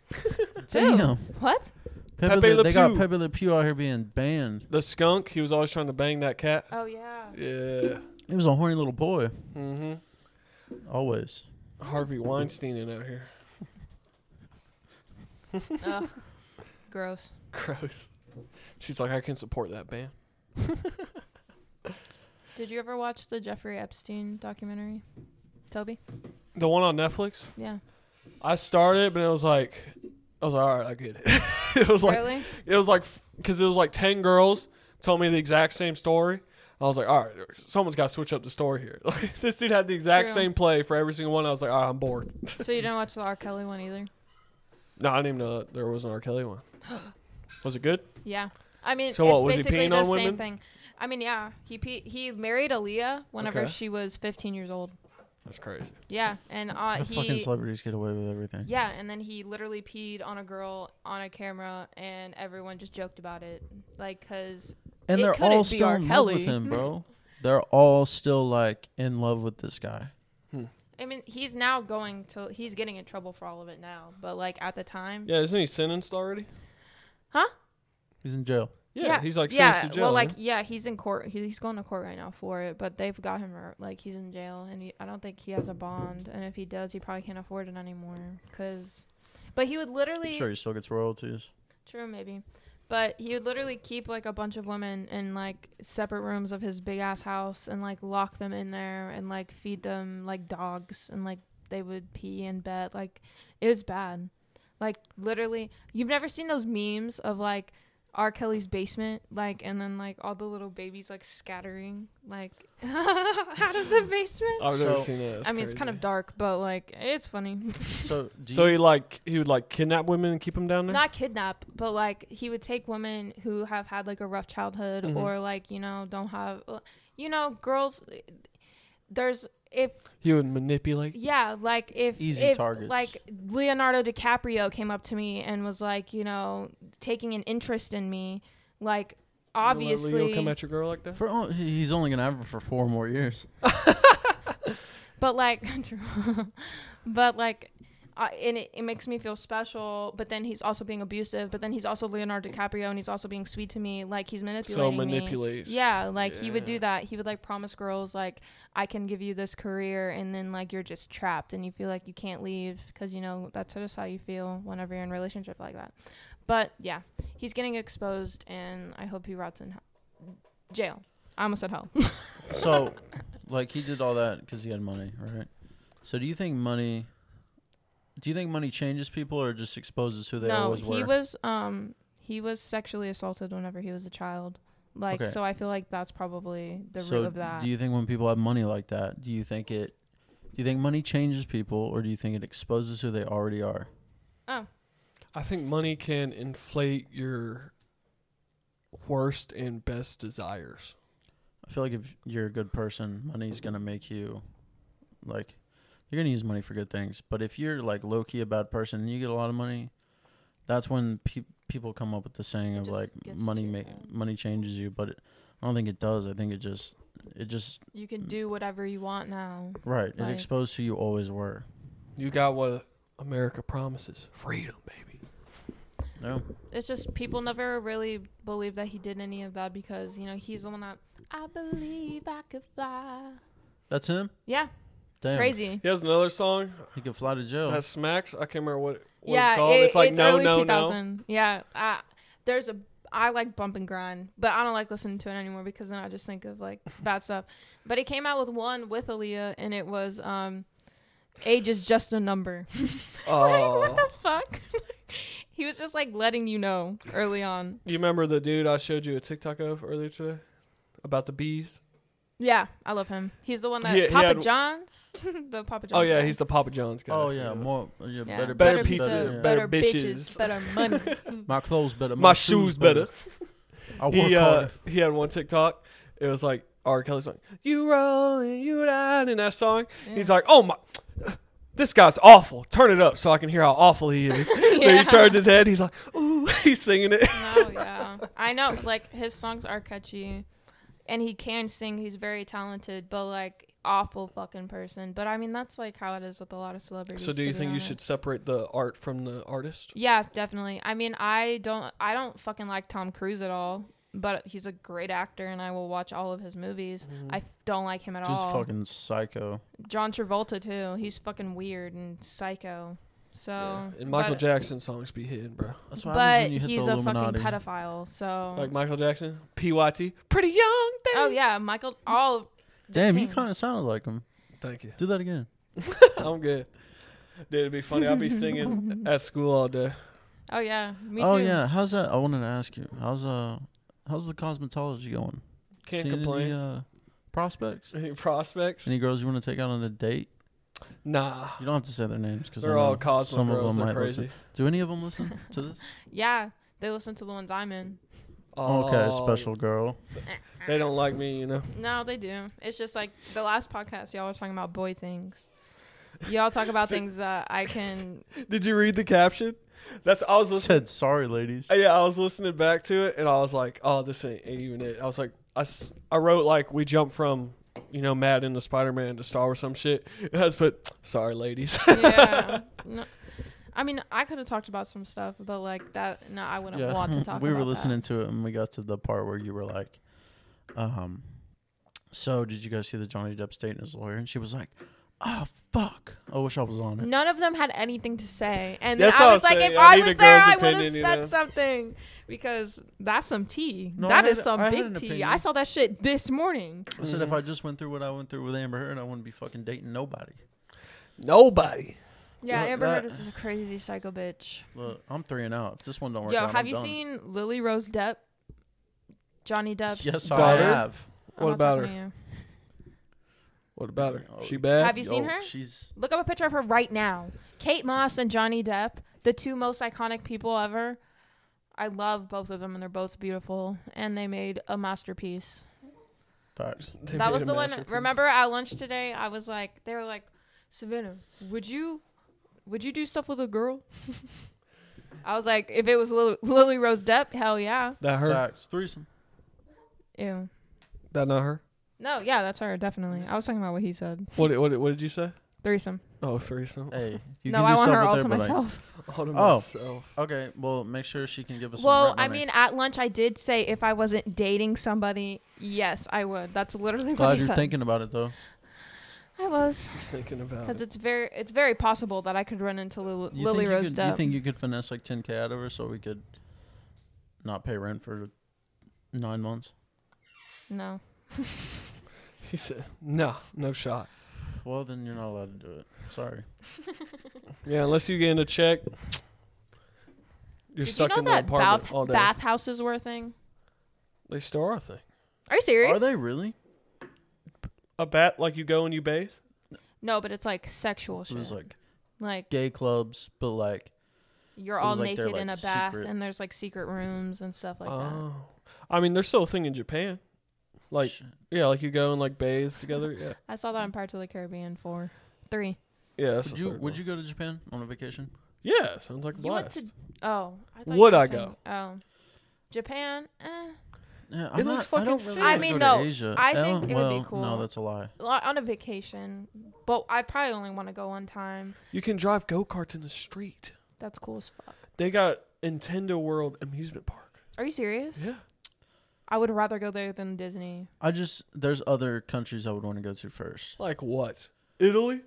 S2: Damn.
S3: What?
S2: Pepe
S1: Pepe
S2: Le,
S1: Le
S2: they got
S1: Pew.
S2: Pepe Le Pew out here being banned.
S1: The skunk, he was always trying to bang that cat.
S3: Oh yeah.
S1: Yeah.
S2: He was a horny little boy.
S1: Mm-hmm.
S2: Always.
S1: Harvey Weinstein in out here.
S3: Ugh. Gross.
S1: Gross. She's like, I can support that ban.
S3: Did you ever watch the Jeffrey Epstein documentary? Toby?
S1: The one on Netflix.
S3: Yeah.
S1: I started, but it was like, I was like, all right, I get it. it was like,
S3: really?
S1: it was like, because it was like ten girls told me the exact same story. I was like, all right, someone's got to switch up the story here. Like, this dude had the exact
S3: True.
S1: same play for every single one. I was like, all right, I'm bored.
S3: so you didn't watch the R. Kelly one either?
S1: No, I didn't even know that there was an R. Kelly one. Was it good?
S3: Yeah. I mean,
S1: So what,
S3: it's
S1: was he
S3: basically
S1: peeing
S3: the
S1: on
S3: same
S1: women?
S3: thing. I mean, yeah. He pe- he married Aaliyah whenever
S1: Okay.
S3: she was 15 years old.
S1: That's crazy.
S3: Yeah, and uh,
S2: The fucking
S3: he
S2: celebrities get away with everything.
S3: yeah, and then he literally peed on a girl on a camera, and everyone just joked about it, like, cause
S2: And
S3: It
S2: they're
S3: couldn't
S2: all
S3: be
S2: still
S3: R.
S2: in love with
S3: Kelly.
S2: him, bro. They're all still like in love with this guy.
S3: I mean, he's now going to he's getting in trouble for all of it now, but like at the time,
S1: Yeah, isn't he sentenced already?
S3: huh?
S2: He's in jail.
S1: Yeah, he's like
S3: yeah.
S1: sentenced to jail.
S3: Well, like
S1: huh?
S3: yeah, he's in court. He, he's going to court right now for it, but they've got him or, like he's in jail, and he, I don't think he has a bond. And if he does, he probably can't afford it anymore. Cause, but he would
S2: I'm
S3: literally
S2: sure he still gets royalties.
S3: true maybe, but he would literally keep like a bunch of women in like separate rooms of his big ass house and like lock them in there and like feed them like dogs and like they would pee in bed. Like it was bad. Like literally, you've never seen those memes of like R. Kelly's basement, like, and then like all the little babies like scattering like out of the basement.
S1: I've never
S2: So-
S1: seen that. That's
S3: I mean, it's kind
S1: crazy.
S3: of dark, but like it's funny.
S2: So, do
S1: So
S2: you,
S1: he like he would like kidnap women and keep them down there.
S3: Not kidnap, but like he would take women who have had like a rough childhood
S1: Mhm.
S3: or like you know don't have, uh, you know, girls. uh, There's if
S1: he would manipulate.
S3: Yeah, like if
S2: Easy
S3: if,
S2: targets.
S3: like Leonardo DiCaprio came up to me and was like, you know, taking an interest in me, like
S1: Leo come
S3: obviously,
S1: at your girl like that.
S2: for all, he- he's only gonna have her for four more years.
S3: but like, but like. Uh, and it, it makes me feel special, but then he's also being abusive. But then he's also Leonardo DiCaprio, and he's also being sweet to me. Like he's
S1: So
S3: manipulating me.
S1: manipulates.
S3: Yeah, like he would
S1: Yeah.
S3: do that. He would like promise girls like I can give you this career and then like you're just trapped and you feel like you can't leave because you know that's just how you feel whenever you're in a relationship like that. But yeah, he's getting exposed and I hope he rots in hell. jail. I almost said hell.
S2: So, like he did all that because he had money, right? So, do you think money? Do you think money changes people or just exposes who they
S3: no,
S2: always were?
S3: he was um he was sexually assaulted whenever he was a child. Like
S2: Okay.
S3: so I feel like that's probably the
S2: so,
S3: root of that.
S2: do you think when people have money like that, do you think it? Do you think money changes people, or do you think it exposes who they already are?
S3: oh,
S1: I think money can inflate your worst and best desires.
S2: I feel like if you're a good person, money's gonna make you like you're gonna use money for good things. But if you're like low key a bad person and you get a lot of money, that's when peop people come up with the saying
S3: It
S2: of
S3: just
S2: like
S3: gets
S2: money
S3: to
S2: ma-
S3: you.
S2: money changes you. But it, I don't think it does. I think it just it just
S3: you can do whatever you want now.
S2: right.
S3: Like-
S2: it exposed who you always were.
S1: You got what America promises: freedom, baby.
S2: No,
S3: it's just people never really believe that he did any of that because you know he's the one that I believe I could fly.
S2: that's him.
S3: Yeah,
S2: Damn,
S3: crazy.
S1: He has another song
S2: He could fly to jail.
S1: that smacks. I can't remember what, what
S3: yeah,
S1: it's called.
S3: it-
S1: it's like no,
S3: early
S1: no,
S3: 2000. Yeah, I, there's a I like bump and grind, but I don't like listening to it anymore because then I just think of like bad stuff. But he came out with one with Aaliyah, and it was um, age is just a number.
S1: no.
S3: like, what
S1: Oh,
S3: the fuck? he was just like letting you know early on.
S1: you remember the dude I showed you a TikTok of earlier today about the bees?
S3: Yeah, I love him. He's the one that
S1: He- he
S3: Papa
S1: had-
S3: John's, the Papa John's.
S1: Oh yeah,
S3: guy.
S1: he's the Papa John's guy.
S2: Oh yeah, more yeah,
S3: Yeah.
S2: better,
S1: Better
S2: bitches,
S1: pizza,
S2: yeah.
S1: better bitches.
S3: better money.
S2: My clothes better.
S1: my shoes better.
S2: I work
S1: he uh,
S2: harder.
S1: he had one TikTok. It was like R. Kelly song. You rolling, you down in that song. He's like, oh my, this guy's awful. Turn it up so I can hear how awful he is. Then
S3: Yeah.
S1: he turns his head. He's like, ooh, he's singing it.
S3: Oh yeah, I know. Like his songs are catchy, and he can sing. He's very talented, but like awful fucking person. But I mean, that's like how it is with a lot of celebrities.
S1: So do
S3: to
S1: you
S3: be
S1: think you
S3: honest.
S1: should separate the art from the artist?
S3: Yeah, definitely. I mean, I don't, I don't fucking like Tom Cruise at all. But he's a great actor, and I will watch all of his movies.
S1: Mm-hmm.
S3: I f- don't like him at
S2: Just
S3: all.
S2: fucking psycho.
S3: John Travolta too. He's fucking weird and psycho. So
S1: And Michael
S3: but-
S1: Jackson songs be hidden, bro.
S2: That's what
S3: But
S2: happens when you hit
S3: he's
S2: the
S3: a
S2: Illuminati.
S3: fucking pedophile. So
S1: Like Michael Jackson, PYT, pretty young. Thing.
S3: oh yeah, Michael. All
S2: Damn, you kind of sounded like him.
S1: Thank you.
S2: Do that again.
S1: I'm good. Dude, it'd be funny. I'd be singing at school all day.
S3: oh yeah, me
S2: oh
S3: too.
S2: yeah, how's that? I wanted to ask you. How's uh, how's the cosmetology going?
S1: Can't
S2: Seen Any,
S1: complain.
S2: uh, prospects?
S1: Any prospects?
S2: Any girls you want to take out on a date?
S1: Nah.
S2: You don't have to say their names because
S1: They're all
S2: Some
S1: Cosmo girls.
S2: of them
S1: They're
S2: might
S1: crazy.
S2: listen. Do any of them listen to this?
S3: Yeah, they listen to the ones I'm in.
S2: okay,
S1: Oh,
S2: special girl.
S1: They don't like me, you know.
S3: No, they do. It's just like the last podcast, y'all were talking about boy things. Y'all talk about things that I can.
S1: Did you read the caption? That's I was listening. uh,
S2: Said sorry, ladies.
S1: Yeah, I was listening back to it, and I was like, "Oh, this ain't even it." I was like, I, s- I wrote like we jumped from you know Madden to Spider Man to Star Wars some shit, and I just put sorry, ladies.
S3: Yeah. No, I mean, I could have talked about some stuff, but like that, no, I wouldn't want to talk.
S2: we
S3: about
S2: were
S3: that.
S2: listening to it and we got to the part where you were like, um, so did you guys see the Johnny Depp state and his lawyer? And she was like, oh, fuck. I wish I was on it.
S3: None of them had anything to say, and
S1: That's
S3: I
S1: what
S3: was
S1: I'm
S3: like,
S1: saying.
S3: if
S1: I
S3: I
S1: need a
S3: was there,
S1: girl's
S3: I would have
S1: opinion,
S3: said
S1: you know?
S3: something because that's some tea.
S2: No, I
S3: that
S2: had-
S3: is some
S2: I had
S3: big
S2: an
S3: tea.
S2: opinion.
S3: I saw that shit this morning.
S2: I said, if I just went through what I went through with Amber Heard, I wouldn't be fucking dating nobody.
S1: Nobody.
S3: Yeah,
S2: Look,
S3: Amber
S2: that-
S3: Heard is a crazy psycho bitch.
S2: Look, I'm three and out. If this one don't work
S3: Yo,
S2: out,
S3: have
S2: Oh I'm
S3: you
S2: done.
S3: seen uh, Lily Rose Depp? Johnny Depp's
S2: Yes, I
S1: Daughter?
S2: have.
S3: I'm
S1: What
S3: not talking
S1: about
S3: to you.
S1: What about her?
S2: Oh,
S1: She bad.
S3: Have you seen
S2: Yo,
S3: her?
S2: She's
S3: Look up a picture of her right now. Kate Moss and Johnny Depp, the two most iconic people ever. I love both of them, and they're both beautiful, and they made a masterpiece.
S2: facts.
S1: They
S3: that
S1: made
S3: was
S1: a
S3: the one.
S1: masterpiece.
S3: Remember at lunch today, I was like, they were like, Savannah, would you, would you do stuff with a girl? I was like, if it was Lily, Lily Rose Depp, hell yeah.
S1: That her?
S2: Facts. Threesome.
S3: Ew.
S1: That not her?
S3: No, yeah, that's her, definitely. I was talking about what he said.
S1: What? did- What? did- What did you say?
S3: Threesome.
S1: Oh, threesome.
S2: Hey, you
S3: no,
S2: can do
S3: I want
S2: stuff
S3: her
S2: with
S3: all to
S2: everybody.
S3: myself.
S1: All to
S2: Oh.
S1: myself.
S2: Okay, well, make sure she can give us. some
S3: Well,
S2: rent
S3: I
S2: money.
S3: mean, at lunch I did say if I wasn't dating somebody, yes, I would. That's literally what
S2: glad
S3: he
S2: you're
S3: said.
S2: thinking about it though.
S3: I was,
S1: She's thinking about
S3: because
S1: it.
S3: it's very, it's very possible that I could run into Lil-
S2: You
S3: Lily
S2: think you
S3: Rose
S2: could-
S3: Depp.
S2: You think you could finesse like 10k out of her so we could not pay rent for nine months?
S3: no.
S1: He said, "No, no shot."
S2: Well, then you're not allowed to do it. Sorry.
S1: Yeah, unless you get in a check, you're
S3: Did you
S1: stuck
S3: know
S1: in the
S3: that
S1: apartment
S3: bath
S1: all day.
S3: bathhouses were a thing?
S1: They still are a thing.
S3: Are you serious?
S2: Are they really?
S1: A bat, like you go and you bathe.
S3: No, but it's like sexual
S2: It
S3: shit.
S2: was
S3: Like,
S2: like gay clubs, but like
S3: you're
S2: it
S3: all
S2: was like their,
S3: naked in a
S2: like,
S3: bath,
S2: secret-
S3: and there's like secret rooms and stuff like that.
S1: oh, I mean, there's still a thing in Japan. Like,
S2: sh-
S1: yeah, like you go and like bathe together. Yeah,
S3: I saw that in Parts of the Caribbean four, three.
S1: yeah. That's
S2: would
S1: the
S2: you
S1: third
S2: would
S1: one.
S2: you go to Japan on a vacation?
S1: Yeah, sounds like a
S3: You went
S1: blast.
S3: to oh, I thought you
S1: Would
S3: were
S1: I
S3: saying- Oh, Japan. Eh.
S2: Yeah,
S1: It looks
S2: I don't
S1: fucking
S2: really
S1: sick.
S2: wanna
S1: I
S3: mean,
S2: go to
S3: no,
S2: Asia.
S3: I think
S2: Oh,
S3: it would be
S2: well, No,
S3: cool.
S2: that's a lie.
S3: Well, on a vacation, but I probably only want to go one time.
S1: you can drive go karts in the street.
S3: That's cool as fuck.
S1: They got Nintendo World amusement park.
S3: Are you serious?
S1: Yeah,
S3: I would rather go there than Disney.
S2: I just there's other countries I would want to go to first.
S1: like what? Italy.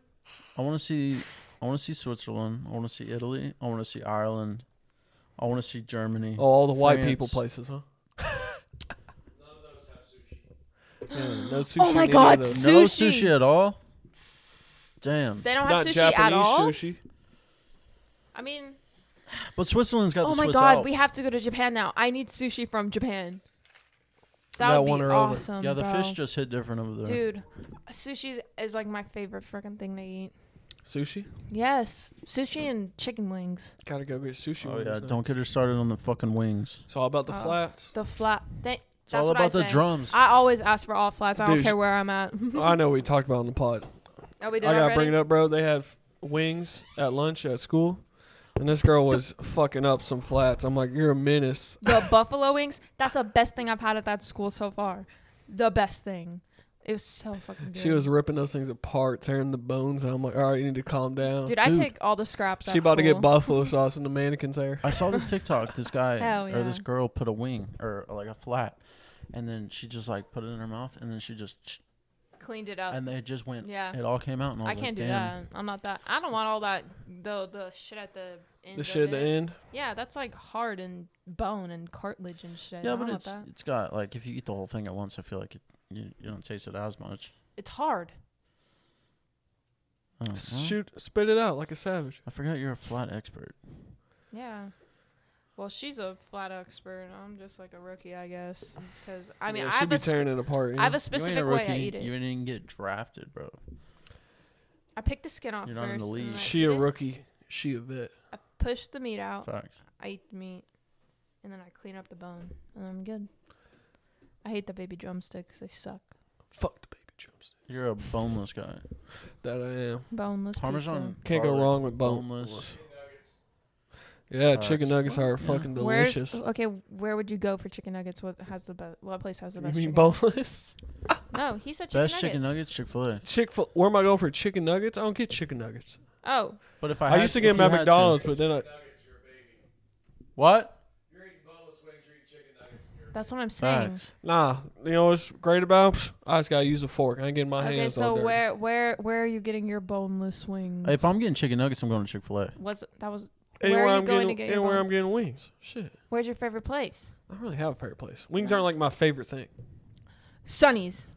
S2: I want to see. I want to see Switzerland. I want to see Italy. I want to see Ireland. I want to see Germany.
S1: Oh, all the white people
S2: France.
S1: places, huh? Yeah, no sushi
S3: Oh my
S1: in any of
S3: God,
S1: those.
S3: sushi.
S2: No sushi at all. Damn.
S3: They don't have
S1: Not
S3: sushi
S1: Japanese
S3: at all.
S1: sushi.
S3: I mean,
S2: But Switzerland's got
S3: oh
S2: the
S3: my
S2: Swiss
S3: god,
S2: Alps.
S3: we have to go to Japan now. I need sushi from Japan. That,
S1: That
S3: would
S1: won
S3: be
S1: her over.
S3: awesome.
S2: Yeah, the
S3: bro.
S2: fish just hit different over there.
S3: Dude, sushi is like my favorite freaking thing to eat.
S1: Sushi.
S3: Yes, sushi and chicken wings.
S1: Gotta go get sushi.
S2: oh
S1: wings
S2: yeah,
S1: now.
S2: don't get her started on the fucking wings.
S1: It's all about the
S3: Oh.
S1: flats.
S3: The flat. Th-
S2: It's
S3: That's
S2: all
S3: what
S2: about
S3: I
S2: the
S3: say.
S2: drums.
S3: I always ask for all flats. I don't
S1: Dude,
S3: care where I'm at.
S1: I know we talked about it on the pod.
S3: oh, we did
S1: I gotta
S3: already.
S1: bring it up, bro. They had f- wings at lunch at school, and this girl was fucking up some flats. I'm like, you're a menace.
S3: The buffalo wings. That's the best thing I've had at that school so far. The best thing. It was so fucking good.
S1: She was ripping those things apart, tearing the bones. And I'm like, all right, you need to calm down.
S3: Dude, I
S2: Dude.
S3: take all the scraps.
S1: she
S3: at
S1: about to get
S3: school.
S1: buffalo sauce in the mannequin's hair.
S2: I saw this TikTok. This guy
S3: Hell
S2: or this
S3: yeah.
S2: girl put a wing or like a flat, and then she just like put it in her mouth, and then she just ch-
S3: Cleaned it up.
S2: and they just went.
S3: Oh. yeah.
S2: It all came out, and I
S3: I
S2: was
S3: can't
S2: like,
S3: do
S2: "Damn."
S3: that. I'm not that. I don't want all that the the shit at the end.
S1: The
S3: of
S1: shit at the
S3: it.
S1: end.
S3: Yeah, that's like hard and bone and cartilage and shit. I
S2: Yeah,
S3: don't
S2: but
S3: want
S2: it's
S3: that.
S2: it's got like if you eat the whole thing at once, I feel like it, you you don't taste it as much.
S3: it's hard.
S2: Oh, well,
S1: Shoot, spit it out like a savage.
S2: I forgot you're a flat expert.
S3: Yeah. Well, she's a flat expert. and I'm just like a rookie, I guess. Because I mean,
S1: Yeah,
S3: I,
S1: she'd
S3: have
S1: be
S3: a sp-
S1: tearing it apart.
S3: I have a
S2: You ain't a
S3: specific way I
S2: rookie.
S3: eat it.
S2: You didn't even get drafted, bro.
S3: I pick the skin off
S2: You're not in
S3: first.
S2: the
S3: and
S2: league.
S3: then I
S1: she
S3: eat
S1: a
S3: it.
S1: rookie. She a vet.
S3: I push the meat out.
S2: Facts.
S3: I eat the meat, and then I clean up the bone, and I'm good. I hate the baby drumsticks. They suck.
S1: Fuck the baby drumstick.
S2: You're a boneless guy.
S1: That I am.
S3: Boneless
S2: Parmesan
S1: Can't go
S2: garlic,
S1: wrong with bone.
S2: boneless.
S1: Yeah,
S2: Facts.
S1: chicken nuggets are
S2: Yeah.
S1: fucking
S3: pizza.
S1: delicious.
S3: Where's okay? Where would you go for chicken nuggets? What has the best? What place has the
S1: You
S3: best?
S1: mean
S3: chicken?
S1: boneless?
S3: No, he said chicken
S2: Best
S3: nuggets.
S2: chicken nuggets, Chick Fil A.
S1: Chick fil. Where am I going for chicken nuggets? I don't get chicken nuggets.
S3: Oh,
S2: But if I,
S1: I,
S2: had-
S1: used to
S2: if
S1: get them
S2: you
S1: at
S2: had
S1: McDonald's, but then I
S4: Nuggets, you're a baby.
S2: What?
S4: You're eating boneless wings, you're eating chicken nuggets, and you're a
S3: that's what I'm saying.
S2: Facts.
S1: nah. You know what's great about? 'em? I just gotta use a fork. I ain't getting my
S3: Okay,
S1: hands
S3: so
S1: all dirty.
S3: where where where are you getting your boneless wings?
S2: Hey, if I'm getting chicken nuggets, I'm going to Chick Fil A.
S3: was that was where
S1: Anywhere
S3: are you
S1: I'm
S3: going
S1: getting,
S3: to get your
S1: anywhere
S3: bone-
S1: I'm getting wings. Shit,
S3: Where's your favorite place?
S1: I don't really have a favorite place. Wings
S3: Yeah.
S1: aren't like my favorite thing.
S3: Sonny's.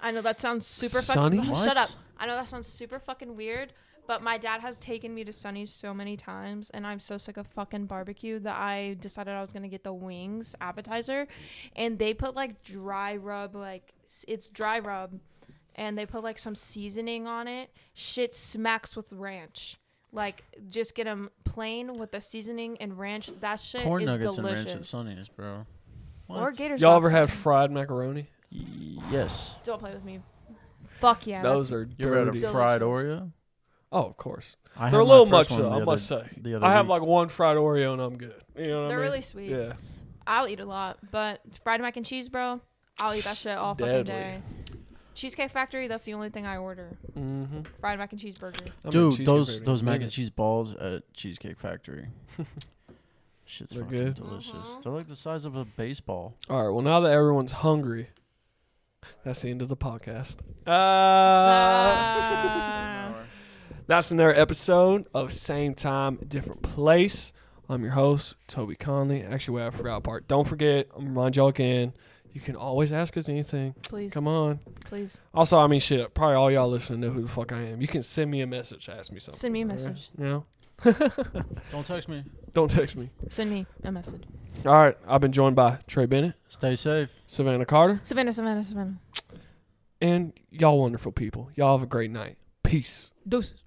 S3: I know that sounds super fucking.
S1: Sonny's?
S3: Shut
S2: What?
S3: up. I know that sounds super fucking weird, but my dad has taken me to Sonny's so many times, and I'm so sick of fucking barbecue that I decided I was gonna get the wings appetizer, and they put like dry rub, like s- it's dry rub, and they put like some seasoning on it. Shit smacks with ranch. Like just get them plain with the seasoning and ranch. That shit
S2: Corn
S3: is
S2: nuggets
S3: delicious.
S2: and ranch at Sonny's, bro.
S3: or Gator.
S1: Y'all ever
S3: Drops.
S1: had fried macaroni?
S2: Y- yes.
S3: Don't play with me. Fuck yeah. that's-
S1: Those are
S2: You ever had
S1: dirty.
S2: a fried
S3: Delicious.
S2: Oreo?
S1: Oh, of course. They're
S2: I had
S1: a
S2: my
S1: little much
S2: first one
S1: though.
S2: the
S1: I
S2: other-
S1: must say.
S2: the other
S1: I have
S2: week.
S1: like one fried Oreo and I'm good. You know what
S3: They're
S1: I mean?
S3: really sweet.
S1: Yeah.
S3: I'll eat a lot, but fried mac and cheese, bro, I'll eat that shit all fucking
S1: Deadly.
S3: day. Cheesecake Factory, that's the only thing I order.
S1: Mm-hmm.
S3: Fried mac and cheeseburger.
S2: Dude, those those mac and cheese balls at Cheesecake Factory. Shit's
S1: They're
S2: fucking
S1: good.
S2: delicious.
S3: Mhm.
S2: They're like the size of a baseball.
S1: All right. Well, now that everyone's hungry, that's the end of the podcast. Uh,
S3: Ah.
S1: that's another episode of Same Time, Different Place. I'm your host, Toby Conley. Actually, wait, I forgot a part. Don't forget, I'm gonna remind y'all again. You can always ask us anything.
S3: please,
S1: Come on.
S3: please
S1: Also, I mean, shit. Probably all y'all listening know who the fuck I am. You can send me a message. Ask me something.
S3: send me a
S1: all right?
S3: message.
S1: You know,
S2: Don't text me.
S1: don't text me.
S3: Send me a message.
S1: All right. I've been joined by Trey Bennett,
S2: Stay safe.
S1: Savannah Carter,
S3: Savannah, Savannah, Savannah.
S1: and y'all wonderful people. Y'all have a great night. Peace.
S3: Deuces.